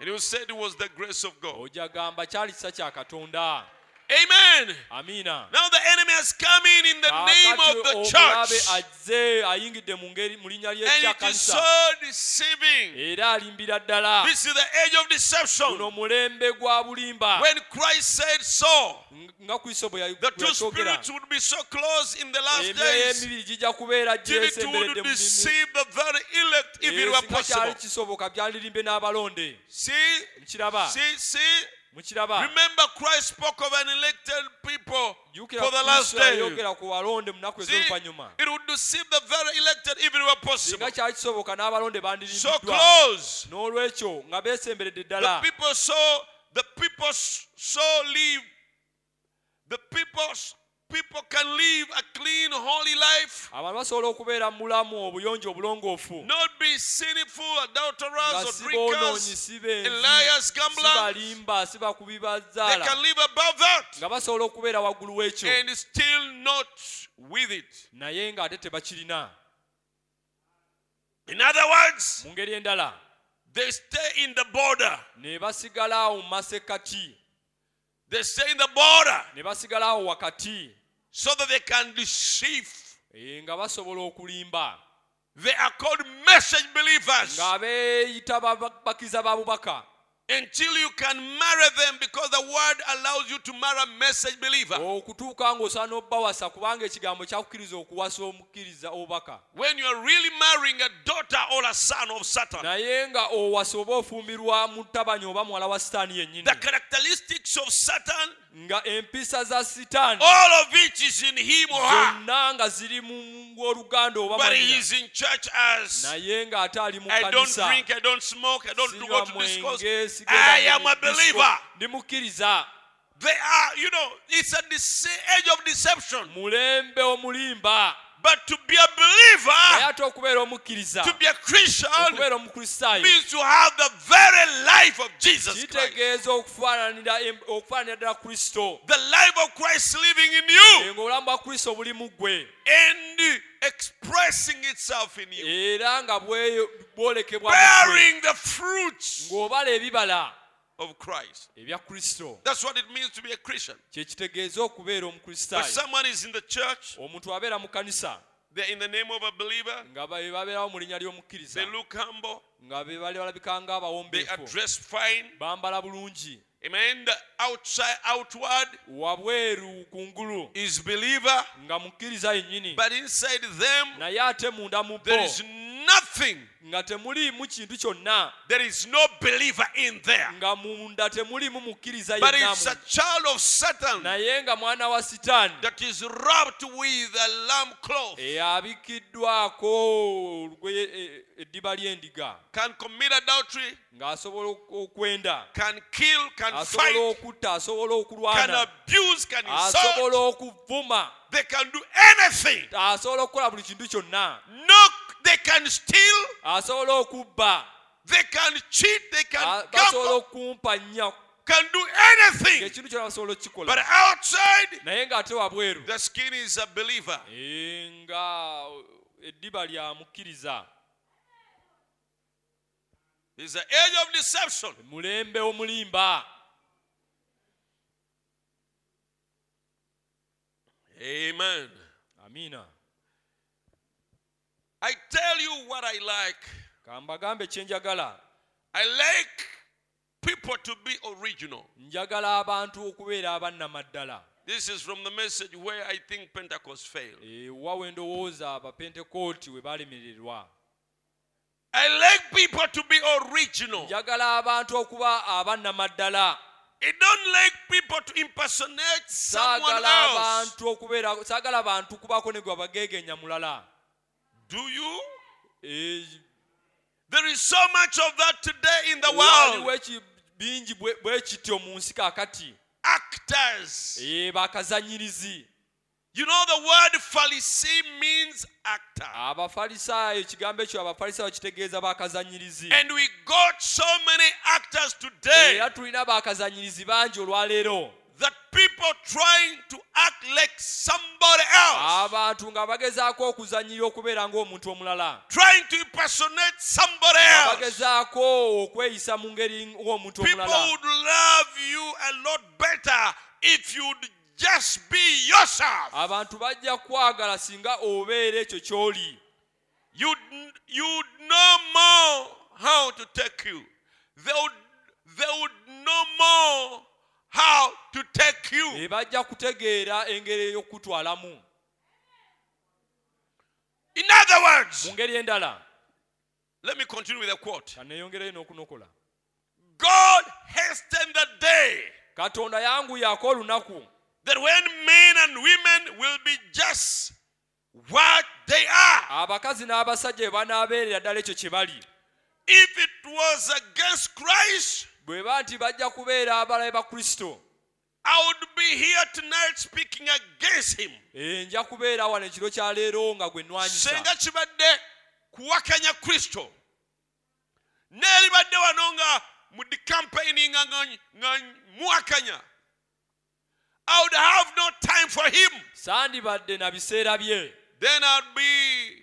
[SPEAKER 1] And you said it was the grace of God.
[SPEAKER 2] ojja gamba kyali kisa kya katonda
[SPEAKER 1] Amen.
[SPEAKER 2] amiina
[SPEAKER 1] Now the enemy has come in in the name
[SPEAKER 2] Kaakati
[SPEAKER 1] of the
[SPEAKER 2] omulabe
[SPEAKER 1] church,
[SPEAKER 2] azze ayingidde mu ngeri mu linnya
[SPEAKER 1] and it is so
[SPEAKER 2] ly'ekyakanisa
[SPEAKER 1] deceiving.
[SPEAKER 2] era alimbira ddala
[SPEAKER 1] This is the age of
[SPEAKER 2] guno
[SPEAKER 1] deception.
[SPEAKER 2] mulembe gwa bulimba
[SPEAKER 1] When Christ said so,
[SPEAKER 2] Ng- nga kristo bwe ya-
[SPEAKER 1] the
[SPEAKER 2] bwe
[SPEAKER 1] two
[SPEAKER 2] yakyogera
[SPEAKER 1] spirits would be so close in the last
[SPEAKER 2] emyoyo
[SPEAKER 1] days,
[SPEAKER 2] emibiri gijja kubeera
[SPEAKER 1] till it
[SPEAKER 2] gyesemberedde
[SPEAKER 1] would
[SPEAKER 2] mu mimiro.
[SPEAKER 1] deceive the very elect if it
[SPEAKER 2] Era
[SPEAKER 1] were
[SPEAKER 2] singa
[SPEAKER 1] possible.
[SPEAKER 2] kyali kisoboka byalirimbe n'abalonde
[SPEAKER 1] See,
[SPEAKER 2] mukiraba
[SPEAKER 1] see, see.
[SPEAKER 2] mukiraba
[SPEAKER 1] Remember, Christ spoke of an elected people
[SPEAKER 2] jjukira
[SPEAKER 1] for the last
[SPEAKER 2] kristo
[SPEAKER 1] day.
[SPEAKER 2] yayogera ku balonde mu nnaku
[SPEAKER 1] See,
[SPEAKER 2] ez'oluvannyuma
[SPEAKER 1] it would deceive the very elected if it were possible.
[SPEAKER 2] singa kyali kisoboka n'abalonde
[SPEAKER 1] So
[SPEAKER 2] bandirimbiddwa
[SPEAKER 1] close.
[SPEAKER 2] n'olwekyo nga beesemberedde
[SPEAKER 1] The
[SPEAKER 2] ddala
[SPEAKER 1] people saw the people s- saw live. The people s- people can live a clean, holy life,
[SPEAKER 2] abantu basobola okubeera mu bulamu obuyonjo obulongoofu
[SPEAKER 1] not be sinful,
[SPEAKER 2] nga
[SPEAKER 1] adulterers, or
[SPEAKER 2] si boonoonyi
[SPEAKER 1] drinkers,
[SPEAKER 2] si
[SPEAKER 1] and
[SPEAKER 2] benzi
[SPEAKER 1] liars,
[SPEAKER 2] si
[SPEAKER 1] gamblers.
[SPEAKER 2] balimba si bakubi
[SPEAKER 1] They
[SPEAKER 2] bazaala
[SPEAKER 1] can live above that
[SPEAKER 2] nga basobola okubeera waggulu w'ekyo
[SPEAKER 1] and still not with it.
[SPEAKER 2] naye ng'ate tebakirina
[SPEAKER 1] In other words,
[SPEAKER 2] mu ngeri endala
[SPEAKER 1] they stay in the border.
[SPEAKER 2] ne basigala awo mu masekati
[SPEAKER 1] They stay in the border
[SPEAKER 2] ne basigala awo wakati
[SPEAKER 1] so that they can deceive.
[SPEAKER 2] eh, nga basobola okulimba
[SPEAKER 1] They are called message believers.
[SPEAKER 2] nga beeyita baba- bakkiriza ba bubaka
[SPEAKER 1] until you can marry them because the word allows you to marry message believer
[SPEAKER 2] okutuuka ng'osaana obbawasa kubanga ekigambo kyakukkiriza okuwasa omukkiriza obubaka
[SPEAKER 1] when you are really marrying a daughter or a son of satan
[SPEAKER 2] naye nga owasa oba ofumbirwa mu ttabani oba muwala wa sitaani yennyini
[SPEAKER 1] the characteristics of satan
[SPEAKER 2] nga empisa za sitaani
[SPEAKER 1] all of it is in him or her
[SPEAKER 2] zonna nga ziri mu oluganda oba
[SPEAKER 1] Oh, ah! but he
[SPEAKER 2] manyina
[SPEAKER 1] is in church as
[SPEAKER 2] naye ng'ate ali mu
[SPEAKER 1] i don't
[SPEAKER 2] kanisa
[SPEAKER 1] drink i don't smoke i don't
[SPEAKER 2] Sinywa
[SPEAKER 1] go to discourse
[SPEAKER 2] mwenge, sigenda
[SPEAKER 1] i am
[SPEAKER 2] mu
[SPEAKER 1] a
[SPEAKER 2] disco.
[SPEAKER 1] believer
[SPEAKER 2] ndi mukkiriza
[SPEAKER 1] they are you know it's a dece- age of deception
[SPEAKER 2] mulembe omulimba
[SPEAKER 1] but to be a
[SPEAKER 2] naye
[SPEAKER 1] believer
[SPEAKER 2] ate okubeera omukkiriza
[SPEAKER 1] to be a christian
[SPEAKER 2] okubeera omukristaayo
[SPEAKER 1] means to have the very life of jesus christ
[SPEAKER 2] kitegeeza okufaananira em- okufaananira ddala kristo
[SPEAKER 1] The life of Christ living in you
[SPEAKER 2] ng'obulamu bwa kristo buli mu ggwe
[SPEAKER 1] and expressing expressing itself in you,
[SPEAKER 2] era nga bweyo- bwolekebwa mu ggwe,
[SPEAKER 1] bearing the fruits
[SPEAKER 2] ng'obala ebibala
[SPEAKER 1] of Christ.
[SPEAKER 2] ebya kristo
[SPEAKER 1] That's what it means to be a Christian.
[SPEAKER 2] kye kitegeeza okubeera
[SPEAKER 1] When
[SPEAKER 2] omukristaayo
[SPEAKER 1] someone is in the church,
[SPEAKER 2] omuntu abeera mu kanisa
[SPEAKER 1] they're in the name of a believer,
[SPEAKER 2] nga be babeerawo mu linnya ly'omukkiriza
[SPEAKER 1] they look humble,
[SPEAKER 2] nga be bali balabika
[SPEAKER 1] they
[SPEAKER 2] ng'abawombeefu
[SPEAKER 1] are dressed fine.
[SPEAKER 2] bambala bulungi
[SPEAKER 1] Amen. The outside, outward
[SPEAKER 2] wabweru kungulu
[SPEAKER 1] is believer,
[SPEAKER 2] nga mukkiriza yennyini
[SPEAKER 1] but inside them,
[SPEAKER 2] naye ate munda mu bo
[SPEAKER 1] there is nothing.
[SPEAKER 2] nga temuliimu kintu kyonna
[SPEAKER 1] There is no believer in there.
[SPEAKER 2] nga munda temulimu mukkiriza
[SPEAKER 1] But
[SPEAKER 2] yenna
[SPEAKER 1] it's a child of Satan
[SPEAKER 2] naye nga mwana wa sitaani
[SPEAKER 1] that is wrapped with a lamb cloth,
[SPEAKER 2] Eh. eyabikiddwako olugoye e- eddiba ly'endiga
[SPEAKER 1] can commit adultery,
[SPEAKER 2] ng'asobola ok- okwenda
[SPEAKER 1] can kill, can
[SPEAKER 2] asobola
[SPEAKER 1] fight,
[SPEAKER 2] okutta asobola
[SPEAKER 1] can
[SPEAKER 2] okulwana
[SPEAKER 1] abuse, can
[SPEAKER 2] Ah,
[SPEAKER 1] insult.
[SPEAKER 2] asobola okuvuma
[SPEAKER 1] They can do anything.
[SPEAKER 2] asobola okukola buli kintu kyonna
[SPEAKER 1] No, they can steal,
[SPEAKER 2] asobola okubba
[SPEAKER 1] they can cheat, they can
[SPEAKER 2] a- basobola
[SPEAKER 1] gamble,
[SPEAKER 2] okumpanya
[SPEAKER 1] can do anything.
[SPEAKER 2] ekintu kyona basobola
[SPEAKER 1] But
[SPEAKER 2] okukikola
[SPEAKER 1] outside,
[SPEAKER 2] naye ng'ate wabweru
[SPEAKER 1] the skin is a believer.
[SPEAKER 2] eh, nga eddiba lya mukkiriza
[SPEAKER 1] It's the age of deception.
[SPEAKER 2] mulembe omulimba
[SPEAKER 1] Amen.
[SPEAKER 2] amiina
[SPEAKER 1] I tell you what I like.
[SPEAKER 2] kambagambe kye njagala
[SPEAKER 1] I like people to be original.
[SPEAKER 2] njagala abantu okubeera abannamaddala
[SPEAKER 1] This is from the message where I think Pentecost failed.
[SPEAKER 2] Eh, wawe ndowooza abapentekooti we balemererwa
[SPEAKER 1] I like people to be original.
[SPEAKER 2] njagala abantu okuba abannamaddala
[SPEAKER 1] I don't like people to impersonate someone
[SPEAKER 2] saagala
[SPEAKER 1] else.
[SPEAKER 2] abantu okubeera saagala bantu kubako ne gwe bageegenya mulala
[SPEAKER 1] Do you?
[SPEAKER 2] Eh,
[SPEAKER 1] There is so much of that today in the
[SPEAKER 2] waliwo
[SPEAKER 1] world.
[SPEAKER 2] eki- bingi bwe bwe kityo mu nsi kaakati
[SPEAKER 1] Actors.
[SPEAKER 2] Eh, bakazanyirizi
[SPEAKER 1] You know the word Pharisee means
[SPEAKER 2] Ah,
[SPEAKER 1] actor.
[SPEAKER 2] abafalisaayo ekigambo ekyo abafalisaayo kitegeeza bakazanyirizi
[SPEAKER 1] And we got so many actors today
[SPEAKER 2] era tulina bakazanyirizi bangi olwaleero
[SPEAKER 1] that people trying to act like somebody else,
[SPEAKER 2] abantu nga bagezaako okuzanyira okubeera ng'omuntu omulala
[SPEAKER 1] trying to impersonate somebody
[SPEAKER 2] Nga
[SPEAKER 1] else.
[SPEAKER 2] bagezaako okweyisa mu ngeri ng'omuntu
[SPEAKER 1] People would
[SPEAKER 2] omulala
[SPEAKER 1] love you a lot better if you'd just be yourself.
[SPEAKER 2] abantu bajja kwagala singa obeera ekyo ky'oli
[SPEAKER 1] You'd, you'd know more how to take you. They would, they would know more how to take you.
[SPEAKER 2] be bajja kutegeera engeri ey'okukutwalamu
[SPEAKER 1] In other
[SPEAKER 2] mu
[SPEAKER 1] words,
[SPEAKER 2] ngeri endala
[SPEAKER 1] let me continue with a quote
[SPEAKER 2] kaneeyongerayo n'okunokola
[SPEAKER 1] God hastened the day
[SPEAKER 2] katonda yanguyaako olunaku
[SPEAKER 1] that when men and women will be just what they are.
[SPEAKER 2] abakazi n'abasajja bwe banaabeerera ddala ekyo kye bali
[SPEAKER 1] If it was against Christ,
[SPEAKER 2] bwe ba nti bajja kubeera abalabe ba kristo
[SPEAKER 1] I would be here tonight speaking against him.
[SPEAKER 2] Eh, nja kubeera wano ekiro kya leero nga gwe
[SPEAKER 1] Senga
[SPEAKER 2] nwanyisaera
[SPEAKER 1] kibadde kuwakanya Kristo. N'eribadde wano nga mudi campaigninga nga nga muwakanya. I would have no time for him.
[SPEAKER 2] sandibadde na biseera bye
[SPEAKER 1] Then I'd be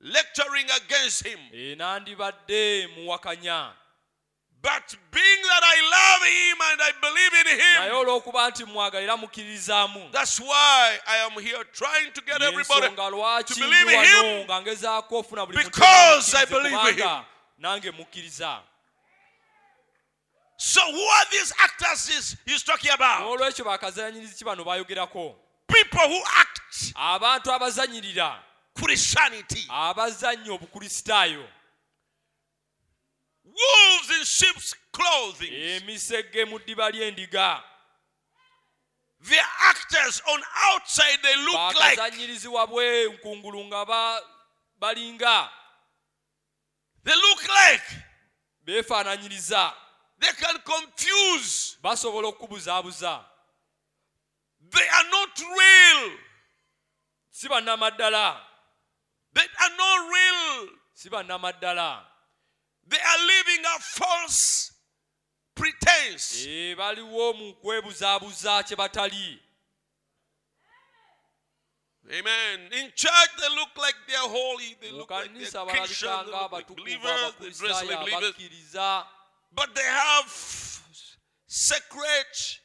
[SPEAKER 1] lecturing against him.
[SPEAKER 2] Eh, nandibadde muwakanya
[SPEAKER 1] But being that I love him and I believe in
[SPEAKER 2] naye
[SPEAKER 1] him,
[SPEAKER 2] olw'okuba nti mwagala era mukiririzaamu
[SPEAKER 1] that's why I am here trying to get everybody.
[SPEAKER 2] ensonga lwaki
[SPEAKER 1] to believe
[SPEAKER 2] ndi
[SPEAKER 1] in
[SPEAKER 2] wano
[SPEAKER 1] him
[SPEAKER 2] nga ngezaako ofuna buli muntu
[SPEAKER 1] because
[SPEAKER 2] nga
[SPEAKER 1] I believe in
[SPEAKER 2] mukkiriza,
[SPEAKER 1] him.
[SPEAKER 2] kubanga nange mukkiriza
[SPEAKER 1] So who are these actors is he's talking about?
[SPEAKER 2] n'olwekyo bakazanyirizi ki bano bayogerako
[SPEAKER 1] People who act
[SPEAKER 2] abantu abazanyirira
[SPEAKER 1] Christianity.
[SPEAKER 2] abazannya obukristaayo
[SPEAKER 1] Wolves in sheep's clothing.
[SPEAKER 2] emisege mu ddiba ly'endiga
[SPEAKER 1] They're actors on outside they look like
[SPEAKER 2] bakazanyirizi wabwe nkungulu nga ba- balinga
[SPEAKER 1] they look like
[SPEAKER 2] beefaananyiriza
[SPEAKER 1] they can confuse.
[SPEAKER 2] basobola okukubuzaabuza
[SPEAKER 1] They are not real.
[SPEAKER 2] si bannamaddala
[SPEAKER 1] They are not real.
[SPEAKER 2] si bannamaddala
[SPEAKER 1] They are living a false pretense.
[SPEAKER 2] Eh, baliwo mu kwebuzaabuza kye batali
[SPEAKER 1] Amen. In church, they look like they're holy. They
[SPEAKER 2] mu
[SPEAKER 1] look like
[SPEAKER 2] kanisa
[SPEAKER 1] they're Christian.
[SPEAKER 2] balabika
[SPEAKER 1] They
[SPEAKER 2] nga
[SPEAKER 1] look like
[SPEAKER 2] abatukuvu
[SPEAKER 1] believers. They dress
[SPEAKER 2] abakristaayo
[SPEAKER 1] like believers.
[SPEAKER 2] abakkiriza
[SPEAKER 1] But they have secret,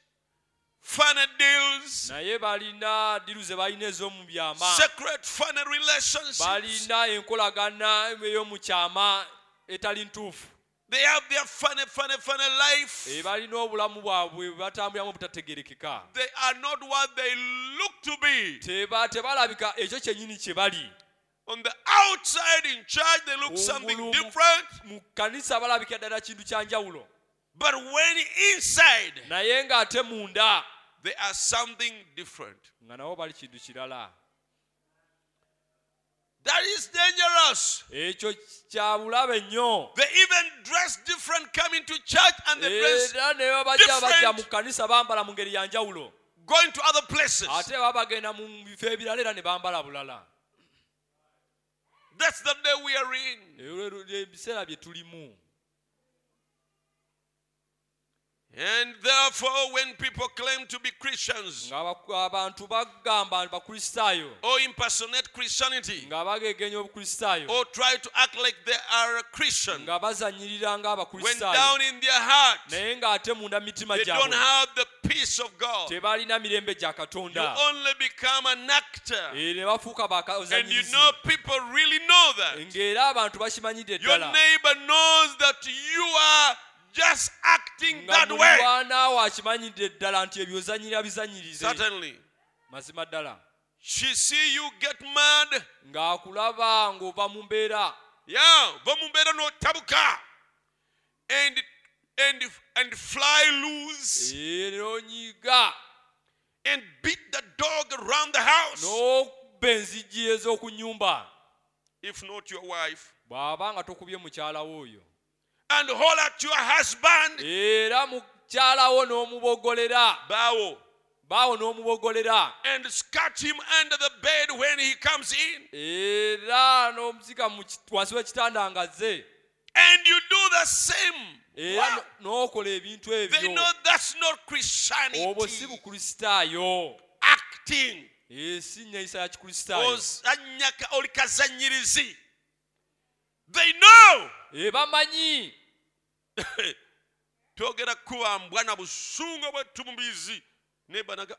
[SPEAKER 1] funny deals,
[SPEAKER 2] naye balina diru ze balina ez'omu byama
[SPEAKER 1] secret, funny relationships.
[SPEAKER 2] balina enkolagana ey'omu kyama etali ntuufu
[SPEAKER 1] They have their funny, funny, funny
[SPEAKER 2] Eh,
[SPEAKER 1] life.
[SPEAKER 2] balina obulamu bwabwe bwe batambuliramu obutategerekeka
[SPEAKER 1] They are not what they look to be.
[SPEAKER 2] Teba- tebalabika ekyo kyennyini kye bali
[SPEAKER 1] On the outside in church, they look something
[SPEAKER 2] Ungulu-
[SPEAKER 1] different.
[SPEAKER 2] mu kanisa balabikira ddala kintu kya njawulo
[SPEAKER 1] But when inside,
[SPEAKER 2] naye ng'ate munda
[SPEAKER 1] they are something different.
[SPEAKER 2] nga nabo bali kintu kirala
[SPEAKER 1] That is dangerous.
[SPEAKER 2] ekyo kya bulabe nnyo
[SPEAKER 1] They even dress different coming to church and they
[SPEAKER 2] Eh,
[SPEAKER 1] dress
[SPEAKER 2] era ne bwe bajja bajja
[SPEAKER 1] different.
[SPEAKER 2] mu kanisa bambala mu ngeri ya njawulo
[SPEAKER 1] going to other places.
[SPEAKER 2] ate baba bagenda mu bifo ebirala era ne bambala bulala
[SPEAKER 1] That's the day we are in.
[SPEAKER 2] Ebyo lwe- lwe biseera bye tulimu
[SPEAKER 1] And therefore, when people claim to be Christians
[SPEAKER 2] ng'abantu bagamba bakristaayo
[SPEAKER 1] or impersonate Christianity
[SPEAKER 2] nga bagegenya obukristaayo
[SPEAKER 1] or try to act like they are a Christian,
[SPEAKER 2] nga bazanyirira
[SPEAKER 1] when
[SPEAKER 2] ng'abakristaayo
[SPEAKER 1] down in their heart
[SPEAKER 2] naye ng'ate munda mitima
[SPEAKER 1] they don't
[SPEAKER 2] gyabwe
[SPEAKER 1] have the peace of God,
[SPEAKER 2] tebalina mirembe gya
[SPEAKER 1] you
[SPEAKER 2] katonda
[SPEAKER 1] only become an actor.
[SPEAKER 2] Eh, ne bafuuka
[SPEAKER 1] And you
[SPEAKER 2] bakazanyirizi
[SPEAKER 1] know, people really know that.
[SPEAKER 2] ng'era abantu bakimanyidde
[SPEAKER 1] Your
[SPEAKER 2] ddala
[SPEAKER 1] neighbor knows that you are just acting
[SPEAKER 2] nga
[SPEAKER 1] that way.
[SPEAKER 2] mulirwanaawe akimanyidde ddala nti ebyo ozanyirira bizanyirize
[SPEAKER 1] Certainly.
[SPEAKER 2] mazima ddala
[SPEAKER 1] She see you get mad.
[SPEAKER 2] ng'akulaba ng'ova mu mbeera
[SPEAKER 1] Yeah, vamumbeera notabuka. And and and fly loose
[SPEAKER 2] Eh, n'onyiga
[SPEAKER 1] and beat the dog around the house.
[SPEAKER 2] n'okuba enzigi ez'oku nnyumba
[SPEAKER 1] If not your wife.
[SPEAKER 2] bw'aba nga tokubye mukyalawo oyo
[SPEAKER 1] And holler at your husband.
[SPEAKER 2] era mukyalawo n'omubogolera
[SPEAKER 1] Bow.
[SPEAKER 2] baawo n'omubogolera
[SPEAKER 1] And scat him under the bed when he comes in.
[SPEAKER 2] era n'omuzika mu ki- wansi w'ekitanda ngazze
[SPEAKER 1] And you do the same.
[SPEAKER 2] era
[SPEAKER 1] Wow.
[SPEAKER 2] no- n'okola ebintu
[SPEAKER 1] They know
[SPEAKER 2] ebyo
[SPEAKER 1] that's not
[SPEAKER 2] obwo si
[SPEAKER 1] Christianity.
[SPEAKER 2] bukristaayo
[SPEAKER 1] acting
[SPEAKER 2] Eh, si nyeeyisa ya kikristaayo
[SPEAKER 1] ozannya ka- oli kazannyirizi they know
[SPEAKER 2] Eh, bamanyi
[SPEAKER 1] twogera kubambwa na busungu bwetumubizi nebanaga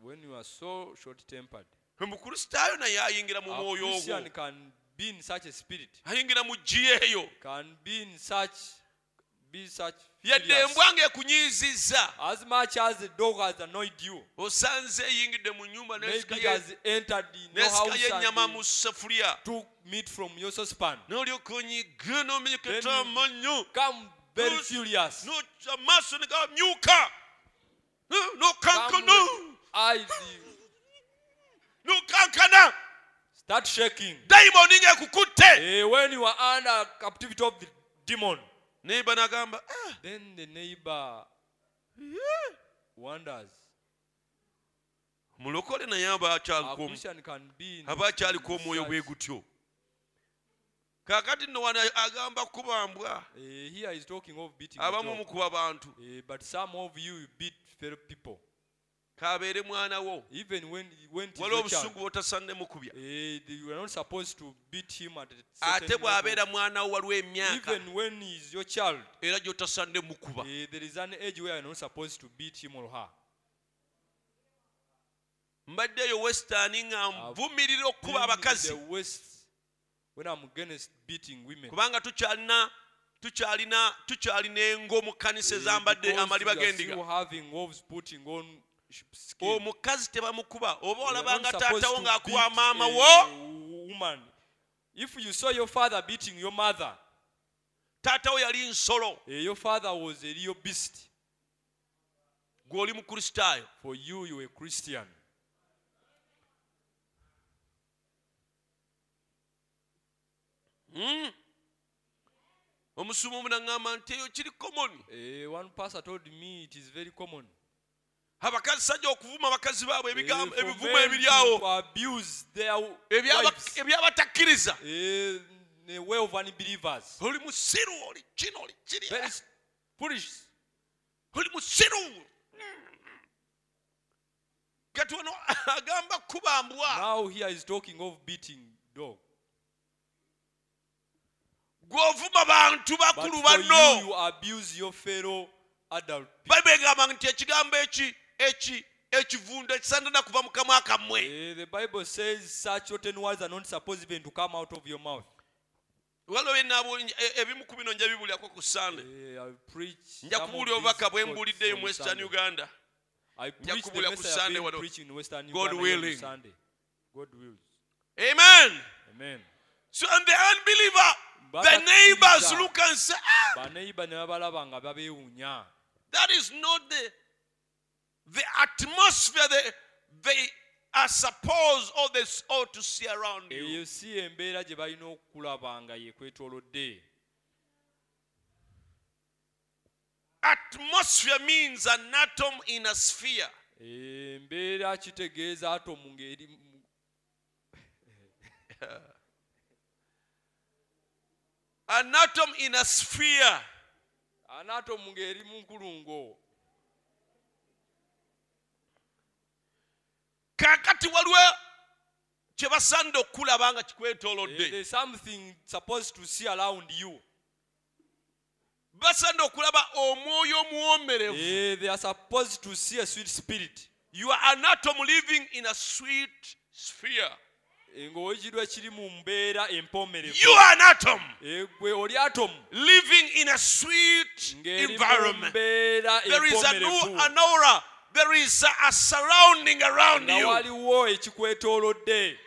[SPEAKER 2] when you are so short tempered
[SPEAKER 1] omukristaayo naye ayingira mu
[SPEAKER 2] a
[SPEAKER 1] mwoyo
[SPEAKER 2] Ah, Christian
[SPEAKER 1] ogwo
[SPEAKER 2] can be in such a spirit
[SPEAKER 1] ayingira mu giyo eyo
[SPEAKER 2] can be in such be such
[SPEAKER 1] yadde
[SPEAKER 2] furious.
[SPEAKER 1] embwa ngaekunyiizizza
[SPEAKER 2] as much as the dog has annoyed you
[SPEAKER 1] osanze eyingidde mu nyumba
[SPEAKER 2] maybe it has entered in your
[SPEAKER 1] nesika
[SPEAKER 2] house
[SPEAKER 1] yennyama
[SPEAKER 2] and
[SPEAKER 1] mu safuliya
[SPEAKER 2] took meat from your saucepan
[SPEAKER 1] n'olyoka onyiga
[SPEAKER 2] Then you-
[SPEAKER 1] n'omenyeketama nnyo
[SPEAKER 2] come very
[SPEAKER 1] Those-
[SPEAKER 2] furious
[SPEAKER 1] No- amaaso negamyuka
[SPEAKER 2] come
[SPEAKER 1] nokankana
[SPEAKER 2] with eyes
[SPEAKER 1] nokankana
[SPEAKER 2] start shaking
[SPEAKER 1] dayimoni ngaekukutte
[SPEAKER 2] Eh, when you are under captivity of the demon
[SPEAKER 1] neiba nagamba "Ah,
[SPEAKER 2] then the neighbor
[SPEAKER 1] yeah."
[SPEAKER 2] wonders
[SPEAKER 1] mulokole naye
[SPEAKER 2] a
[SPEAKER 1] abakyaliko
[SPEAKER 2] Christian can be in
[SPEAKER 1] aba akyaliko omwoyo
[SPEAKER 2] such-
[SPEAKER 1] bwe gutyo kakati nno wano agamba kubambwa
[SPEAKER 2] Eh, here is talking of beating the
[SPEAKER 1] abamu
[SPEAKER 2] dog.
[SPEAKER 1] mukuba bantu
[SPEAKER 2] Eh, but some of you you beat fellow people
[SPEAKER 1] kabeere mwana wo
[SPEAKER 2] even when when it is
[SPEAKER 1] waliwo
[SPEAKER 2] your child.
[SPEAKER 1] obusungu bwotasanne mukubya
[SPEAKER 2] Eh, the- you are not supposed to beat him at a certain
[SPEAKER 1] ate
[SPEAKER 2] level.
[SPEAKER 1] bw'abeera mwanawo waliwo emyaka
[SPEAKER 2] even when he is your child
[SPEAKER 1] era gyotasanne mukuba
[SPEAKER 2] eh, there is an age where you are not supposed to beat him or her
[SPEAKER 1] mbadde eyo westani nga nvumirira
[SPEAKER 2] Even
[SPEAKER 1] okuba
[SPEAKER 2] in
[SPEAKER 1] abakazi
[SPEAKER 2] the west when i'm against beating women
[SPEAKER 1] kubanga tukyalina tukyalina tukyalina engo mu kanisa
[SPEAKER 2] eh,
[SPEAKER 1] ezambadde
[SPEAKER 2] because
[SPEAKER 1] amaliba
[SPEAKER 2] we are
[SPEAKER 1] g'endiga
[SPEAKER 2] still having wolves putting on sheep skin.
[SPEAKER 1] Oh, omukazi tebamukuba oba
[SPEAKER 2] You are not
[SPEAKER 1] olabanga
[SPEAKER 2] supposed
[SPEAKER 1] taatawo
[SPEAKER 2] to
[SPEAKER 1] ng'akuwa
[SPEAKER 2] beat
[SPEAKER 1] maama
[SPEAKER 2] a
[SPEAKER 1] wo
[SPEAKER 2] woman if you saw your father beating your mother
[SPEAKER 1] taatawo yali nsolo
[SPEAKER 2] eh, your father was a real beast
[SPEAKER 1] gw'oli mukristaayo
[SPEAKER 2] for you you were a christian
[SPEAKER 1] Mm. omusuma omunaŋŋamba nti eyo kiri komoni
[SPEAKER 2] Eh, one pastor told me it is very common
[SPEAKER 1] abakazi sajja okuvuma bakazi baabwe
[SPEAKER 2] Eh,
[SPEAKER 1] ebigambo-
[SPEAKER 2] for
[SPEAKER 1] ebivumo
[SPEAKER 2] men
[SPEAKER 1] ebiri
[SPEAKER 2] to
[SPEAKER 1] awo
[SPEAKER 2] abuse their
[SPEAKER 1] ebyaba-
[SPEAKER 2] wives.
[SPEAKER 1] ebyabatakkiriza
[SPEAKER 2] Eh, the way of unbelievers
[SPEAKER 1] oli musiru oli kino oli kiri
[SPEAKER 2] very foolish
[SPEAKER 1] oli musiru kati ono agamba kuba mbwa
[SPEAKER 2] Now here is talking of beating dog.
[SPEAKER 1] gw'ovuma bantu
[SPEAKER 2] But
[SPEAKER 1] bakulu
[SPEAKER 2] for you,
[SPEAKER 1] banno
[SPEAKER 2] you abuse your fellow adult people.
[SPEAKER 1] bayibuli egamba nti ekigambo eki eki ekivundu ekisandana kuva mu kamwa kammwe
[SPEAKER 2] Eh, The Bible says such rotten words are not supposed even to come out of your mouth.
[SPEAKER 1] waliwo byenaabonye ebimu ku bino nja bibulyako ku sande
[SPEAKER 2] Eh, I preach.
[SPEAKER 1] nja
[SPEAKER 2] some of
[SPEAKER 1] kubuulya
[SPEAKER 2] these
[SPEAKER 1] obubaka bwe
[SPEAKER 2] thoughts
[SPEAKER 1] mbuuliddeyo
[SPEAKER 2] on
[SPEAKER 1] mu western
[SPEAKER 2] Sunday.
[SPEAKER 1] uganda
[SPEAKER 2] I preach the
[SPEAKER 1] kubuulya ku
[SPEAKER 2] message I've
[SPEAKER 1] Sunday
[SPEAKER 2] been
[SPEAKER 1] wano.
[SPEAKER 2] preaching in Western
[SPEAKER 1] God
[SPEAKER 2] Uganda here on
[SPEAKER 1] willing.
[SPEAKER 2] Sunday. God wills.
[SPEAKER 1] amen
[SPEAKER 2] Amen.
[SPEAKER 1] so and the unbeliever the
[SPEAKER 2] Batakkiriza.
[SPEAKER 1] neighbors look and say ah,
[SPEAKER 2] baneiba ne babalaba nga babeewuunya
[SPEAKER 1] that is not the the atmosphere they, they are supposed or they ought to see around you
[SPEAKER 2] eyo si embeera gye balina okulaba nga yekwetolodde
[SPEAKER 1] Atmosphere means an atom in a sphere.
[SPEAKER 2] embeera kitegeeza atomu ngeri mu-
[SPEAKER 1] An atom in a sphere
[SPEAKER 2] anaatomu ngeri mu nkulungo
[SPEAKER 1] kaakati waliwo kye basaanidde okulaba nga
[SPEAKER 2] Eh,
[SPEAKER 1] kikwetoolodde
[SPEAKER 2] there's something supposed to see around you
[SPEAKER 1] basaanidde okulaba omwoyo omuwomerevu
[SPEAKER 2] Eh, they are supposed to see a sweet spirit
[SPEAKER 1] you are an atom living in a sweet sphere
[SPEAKER 2] Eh, ng'owekiru ekiri mu mbeera empoomerevu
[SPEAKER 1] you are an atom
[SPEAKER 2] Eh, gwe oli atomu
[SPEAKER 1] living in a sweet
[SPEAKER 2] ng'eri mu
[SPEAKER 1] environment
[SPEAKER 2] mbeera
[SPEAKER 1] there is a new,
[SPEAKER 2] empoomerevu
[SPEAKER 1] an aura there is a, a surrounding around
[SPEAKER 2] nga
[SPEAKER 1] you
[SPEAKER 2] waliwo ekikwetoolodde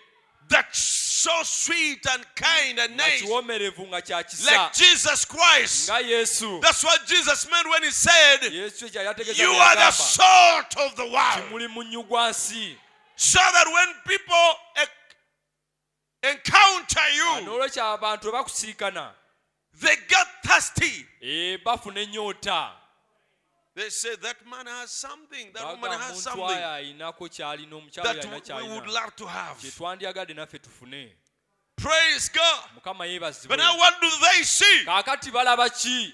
[SPEAKER 1] that's so sweet and kind and
[SPEAKER 2] nga
[SPEAKER 1] nice
[SPEAKER 2] kiwomerevu nga kya kisa
[SPEAKER 1] like Jesus Christ.
[SPEAKER 2] nga yesu
[SPEAKER 1] That's what Jesus meant when he said,
[SPEAKER 2] yesu ekyo yategeza
[SPEAKER 1] You are the salt of the world.
[SPEAKER 2] kimuli munnyu gwa nsi
[SPEAKER 1] So that when people e- encounter you,
[SPEAKER 2] n'olwekyo abantu bwe bakusiikana
[SPEAKER 1] they get thirsty.
[SPEAKER 2] eh, bafuna enyoota
[SPEAKER 1] They say, That man has something, that woman
[SPEAKER 2] Bagamba,
[SPEAKER 1] has
[SPEAKER 2] omuntu
[SPEAKER 1] something
[SPEAKER 2] oyo ayinako kyalina omukyala
[SPEAKER 1] that
[SPEAKER 2] oyo alina
[SPEAKER 1] we would
[SPEAKER 2] kyalina
[SPEAKER 1] love to have.
[SPEAKER 2] kyetwandiyagadde naffe tufune
[SPEAKER 1] Praise God.
[SPEAKER 2] mukama yeebazibwe
[SPEAKER 1] But now what do they see?
[SPEAKER 2] kaakati balaba ki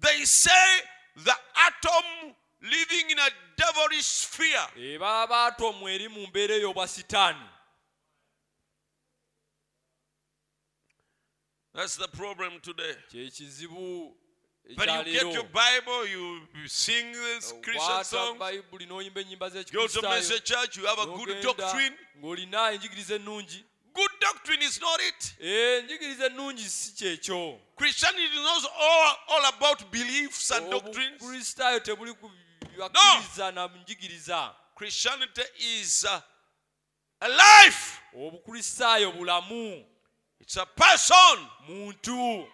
[SPEAKER 1] They say the atom living in a devilish sphere.
[SPEAKER 2] Eh, baba baatomu eri mu mbeera eyo obwa sitaani
[SPEAKER 1] That's the problem today.
[SPEAKER 2] kyekizibu
[SPEAKER 1] But you get your
[SPEAKER 2] ekyaleero
[SPEAKER 1] Bible, you you sing this
[SPEAKER 2] Oh,
[SPEAKER 1] Christian
[SPEAKER 2] Kwata
[SPEAKER 1] songs,
[SPEAKER 2] bayibuli Eh, n'oyimba ennyimba
[SPEAKER 1] go to
[SPEAKER 2] z'ekikrisitaayo
[SPEAKER 1] message church, you have a good doctrine.
[SPEAKER 2] ng'olina enjigiriza ennungi
[SPEAKER 1] Good doctrine is not it.
[SPEAKER 2] Eh, enjigiriza ennungi si kyekyo
[SPEAKER 1] Christianity is not all, all about beliefs and
[SPEAKER 2] Oh,
[SPEAKER 1] doctrines.
[SPEAKER 2] obukristaayo tebuli ku byakkiriza na njigiriza
[SPEAKER 1] Christianity is uh, a life,
[SPEAKER 2] obukristaayo bulamu
[SPEAKER 1] it's a person.
[SPEAKER 2] muntu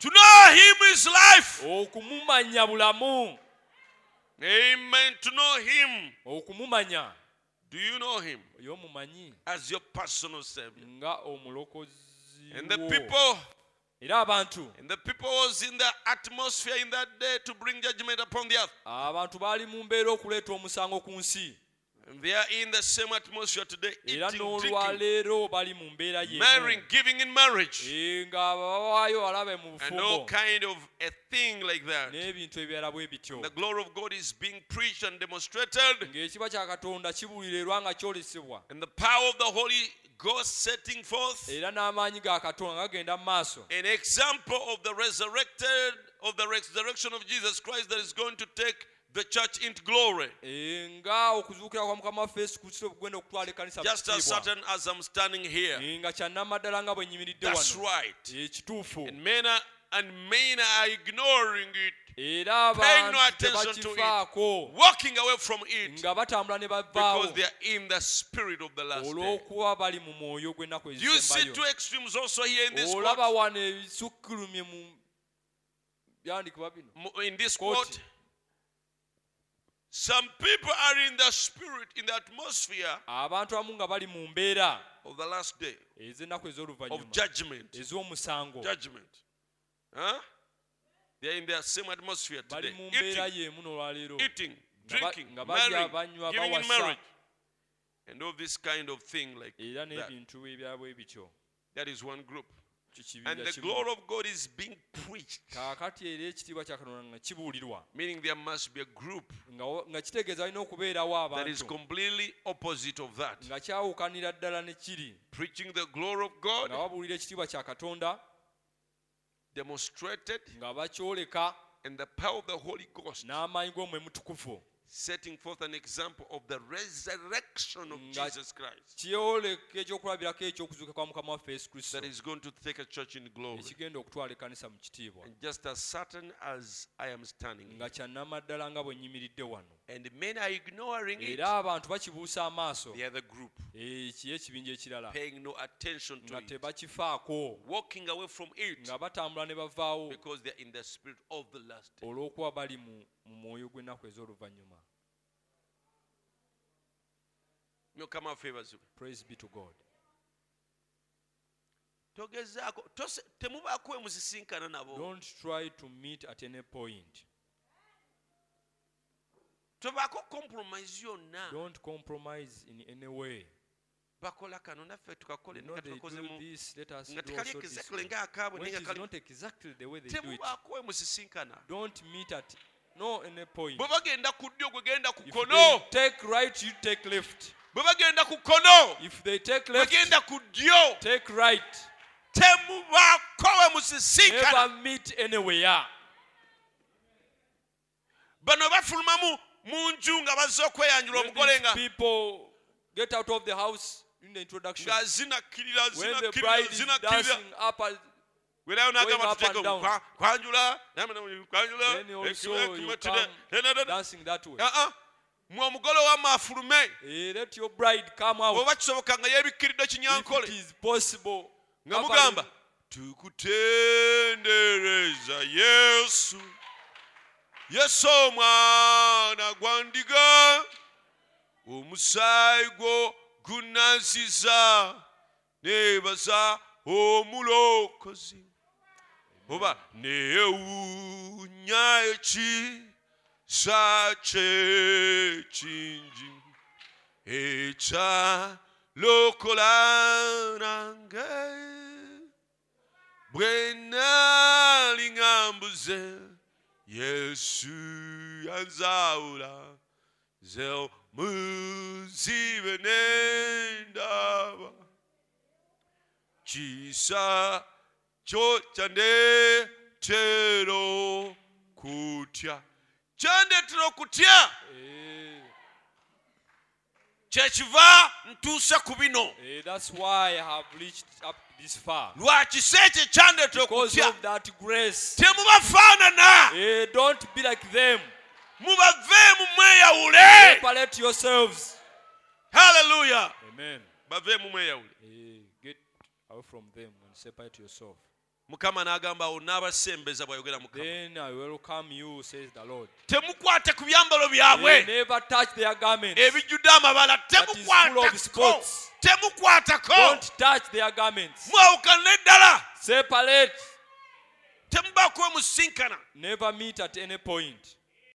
[SPEAKER 1] To know Him is
[SPEAKER 2] Oh.
[SPEAKER 1] life.
[SPEAKER 2] okumumanya bulamu
[SPEAKER 1] Amen. To know Him.
[SPEAKER 2] okumumanya
[SPEAKER 1] Do you know Him
[SPEAKER 2] oyo omumanyi
[SPEAKER 1] as your personal Savior?
[SPEAKER 2] nga omulokozi
[SPEAKER 1] And the
[SPEAKER 2] wo.
[SPEAKER 1] people,
[SPEAKER 2] era abantu
[SPEAKER 1] and the people was in the atmosphere in that day to bring judgment upon the earth.
[SPEAKER 2] abantu baali mu mbeera okuleeta omusango ku nsi
[SPEAKER 1] And they are in the same atmosphere today, eating,
[SPEAKER 2] era
[SPEAKER 1] drinking,
[SPEAKER 2] n'olwaleero bali mu mbeera
[SPEAKER 1] marrying,
[SPEAKER 2] yeemu
[SPEAKER 1] giving in marriage,
[SPEAKER 2] Eh, nga babawaayo alabe mu
[SPEAKER 1] and all
[SPEAKER 2] bufumbo
[SPEAKER 1] kind of a thing like that.
[SPEAKER 2] n'ebintu ebirala bwe bityo
[SPEAKER 1] The glory of God is being preached and demonstrated,
[SPEAKER 2] ng'ekiba kya katonda kibuulirirwa nga kyolesebwa
[SPEAKER 1] and the power of the Holy Ghost setting forth
[SPEAKER 2] era n'amaanyi ga katonda gagenda mu maaso
[SPEAKER 1] an example of the resurrected of the resurrection of Jesus Christ that is going to take the church into glory.
[SPEAKER 2] Eh, nga okuzuukira kwa mukama waffe yesu kristo bwegenda okutwala ekkanisa mu
[SPEAKER 1] Just as
[SPEAKER 2] kitiibwa.
[SPEAKER 1] certain as I'm standing here.
[SPEAKER 2] Eh, nga kyannamaddala nga bwe nyimiridde
[SPEAKER 1] That's
[SPEAKER 2] wano
[SPEAKER 1] right.
[SPEAKER 2] Eh, kituufu
[SPEAKER 1] And men are, and men are ignoring it,
[SPEAKER 2] era
[SPEAKER 1] Paying no
[SPEAKER 2] abantu
[SPEAKER 1] attention to it.
[SPEAKER 2] tebakifaako
[SPEAKER 1] walking away from it.
[SPEAKER 2] nga batambula ne
[SPEAKER 1] Because
[SPEAKER 2] bavaawo
[SPEAKER 1] they are in the spirit of the last day.
[SPEAKER 2] olw'okuba bali mu mwoyo gw'ennaku
[SPEAKER 1] You see two
[SPEAKER 2] ezisembayo
[SPEAKER 1] extremes also here in this
[SPEAKER 2] olaba
[SPEAKER 1] court.
[SPEAKER 2] wano ebisukkulumye mu byandikuba bino
[SPEAKER 1] M- In this
[SPEAKER 2] Court.
[SPEAKER 1] court, some people are in the spirit, in the atmosphere
[SPEAKER 2] abantu abamu nga bali mu mbeera
[SPEAKER 1] of the last day
[SPEAKER 2] ez'ennaku
[SPEAKER 1] of
[SPEAKER 2] ez'oluvannyuma
[SPEAKER 1] judgment.
[SPEAKER 2] ez'omusango
[SPEAKER 1] Judgment. Huh? They are in the same atmosphere
[SPEAKER 2] bali
[SPEAKER 1] today.
[SPEAKER 2] mu mbeera
[SPEAKER 1] Eating,
[SPEAKER 2] y'emu n'olwaleero
[SPEAKER 1] eating,
[SPEAKER 2] Nga ba-
[SPEAKER 1] drinking,
[SPEAKER 2] nga balya
[SPEAKER 1] marrying,
[SPEAKER 2] banywa
[SPEAKER 1] giving in
[SPEAKER 2] bawasa
[SPEAKER 1] marriage, and all this kind of thing like
[SPEAKER 2] era
[SPEAKER 1] that.
[SPEAKER 2] n'ebintu ebyabwe bityo
[SPEAKER 1] That is one group. And
[SPEAKER 2] kikibiina
[SPEAKER 1] the
[SPEAKER 2] kimu
[SPEAKER 1] glory of God is being preached,
[SPEAKER 2] kaakati era ekitiibwa kya katonda nga kibuulirwa
[SPEAKER 1] meaning there must be a group
[SPEAKER 2] nga wa- nga kitegeeza alina okubeerawo
[SPEAKER 1] that is
[SPEAKER 2] abantu
[SPEAKER 1] completely opposite of that,
[SPEAKER 2] nga kyawukanira ddala ne kiri
[SPEAKER 1] preaching the glory of God,
[SPEAKER 2] nga babuulira ekitiibwa kya katonda
[SPEAKER 1] demonstrated
[SPEAKER 2] nga bakyoleka
[SPEAKER 1] in the power of the Holy Ghost,
[SPEAKER 2] n'amaanyi g'omwe mutukuvu
[SPEAKER 1] setting forth an example of the resurrection of
[SPEAKER 2] Nga-
[SPEAKER 1] Jesus Christ
[SPEAKER 2] kyoleka ekyokulabirako eky'okuzuuka kwa mukama waffe yesu kristo
[SPEAKER 1] that is going to take a church in glory.
[SPEAKER 2] ekigenda okutwala ekkanisa mu kitiibwa
[SPEAKER 1] And just as certain as I am standing,
[SPEAKER 2] nga kyannamaddala nga bwe nyimiridde wano
[SPEAKER 1] and men are ignoring it,
[SPEAKER 2] era abantu bakibuusa amaaso
[SPEAKER 1] the other group
[SPEAKER 2] ekiyo ekibinja ekirala
[SPEAKER 1] paying no attention to
[SPEAKER 2] nga
[SPEAKER 1] it,
[SPEAKER 2] tebakifaako
[SPEAKER 1] walking away from it
[SPEAKER 2] nga batambula ne bavaawo
[SPEAKER 1] because they are in the spirit of the last day.
[SPEAKER 2] olw'okuba bali mu mu mwoyo gw'ennaku ez'oluvannyuma
[SPEAKER 1] Mukama favors you.
[SPEAKER 2] praise be to god
[SPEAKER 1] togezaako tose- temubaako we musisinkana nabo
[SPEAKER 2] don't try to meet at any point
[SPEAKER 1] tobaako compromise yonna
[SPEAKER 2] don't compromise in any way
[SPEAKER 1] bakola kano naffe tukakole naye
[SPEAKER 2] You know
[SPEAKER 1] nga
[SPEAKER 2] they
[SPEAKER 1] tukakoze
[SPEAKER 2] do
[SPEAKER 1] mu
[SPEAKER 2] this, let us
[SPEAKER 1] nga
[SPEAKER 2] do
[SPEAKER 1] tekali
[SPEAKER 2] also this
[SPEAKER 1] exactly
[SPEAKER 2] way.
[SPEAKER 1] ngaakaabwe
[SPEAKER 2] When
[SPEAKER 1] naye nga
[SPEAKER 2] it is
[SPEAKER 1] kali
[SPEAKER 2] not exactly the way they do it
[SPEAKER 1] temubaako we musisinkana
[SPEAKER 2] don't meet at no any point
[SPEAKER 1] bwe bagenda ku ddyo gwe genda ku
[SPEAKER 2] if
[SPEAKER 1] kono
[SPEAKER 2] they take right you take left
[SPEAKER 1] bwe bagenda ku kono
[SPEAKER 2] if they take left
[SPEAKER 1] bagenda ku ddyo
[SPEAKER 2] take right
[SPEAKER 1] temubaako we musisinkana
[SPEAKER 2] never meet anywhere
[SPEAKER 1] bano bafulumamu mu nju nga bazze okweyanjula
[SPEAKER 2] when
[SPEAKER 1] omugole
[SPEAKER 2] these
[SPEAKER 1] nga
[SPEAKER 2] people get out of the house in the introduction
[SPEAKER 1] nga zinakkirira
[SPEAKER 2] when the
[SPEAKER 1] zinakkirira
[SPEAKER 2] bride is
[SPEAKER 1] zinakkirira
[SPEAKER 2] dancing up and
[SPEAKER 1] weerayo n'agamba
[SPEAKER 2] Going up and
[SPEAKER 1] tuteeke
[SPEAKER 2] down.
[SPEAKER 1] kwa- kwanjula namwe namwe
[SPEAKER 2] then
[SPEAKER 1] kwanjula
[SPEAKER 2] also
[SPEAKER 1] ekime-
[SPEAKER 2] you
[SPEAKER 1] ekime-
[SPEAKER 2] come
[SPEAKER 1] ne- ne- ne- ne-
[SPEAKER 2] dancing that way
[SPEAKER 1] Ah, ah. mwe omugole w'amafulume
[SPEAKER 2] Eh, let your bride come out
[SPEAKER 1] oba kisoboka nga yeebikkiridde
[SPEAKER 2] if it
[SPEAKER 1] kinyankole
[SPEAKER 2] is possible
[SPEAKER 1] nga
[SPEAKER 2] Have a-
[SPEAKER 1] mugamba tukutendereza yesu yesu omwana gwa ndiga omusaayi gwo gunansiza neebaza omulokozi oba neewuunya ekisa kye kingi E ekya lokolanange bwe naali nga mbuze yesu yanzawula nze muzibe nendaba kisa kyo kyandetera okutya kyandetera okutya
[SPEAKER 2] Eh,
[SPEAKER 1] kyekiva ntuuse ku bino
[SPEAKER 2] eh, that's why I have reached up this far
[SPEAKER 1] lwakisa ekyo kyandetera
[SPEAKER 2] because
[SPEAKER 1] okutya
[SPEAKER 2] of that grace
[SPEAKER 1] temubafaanana
[SPEAKER 2] Eh, don't be like them
[SPEAKER 1] mubaveemu mweyawule
[SPEAKER 2] separate yourselves
[SPEAKER 1] haleluya
[SPEAKER 2] amen
[SPEAKER 1] baveemu mweyawule
[SPEAKER 2] Eh, get away from them and separate yourself
[SPEAKER 1] mukama n'agamba awo n'abasembeza bw'ayogera mukama
[SPEAKER 2] then I will welcome you says the Lord
[SPEAKER 1] temukwate ku byambalo
[SPEAKER 2] they
[SPEAKER 1] byabwe
[SPEAKER 2] never touch their garments
[SPEAKER 1] ebijjudde amabala
[SPEAKER 2] that is full of
[SPEAKER 1] temukwatako
[SPEAKER 2] spots.
[SPEAKER 1] temukwatako
[SPEAKER 2] Don't touch their garments.
[SPEAKER 1] mwawukana ddala
[SPEAKER 2] Separate.
[SPEAKER 1] temubakuwe musinkana
[SPEAKER 2] Never meet at any point.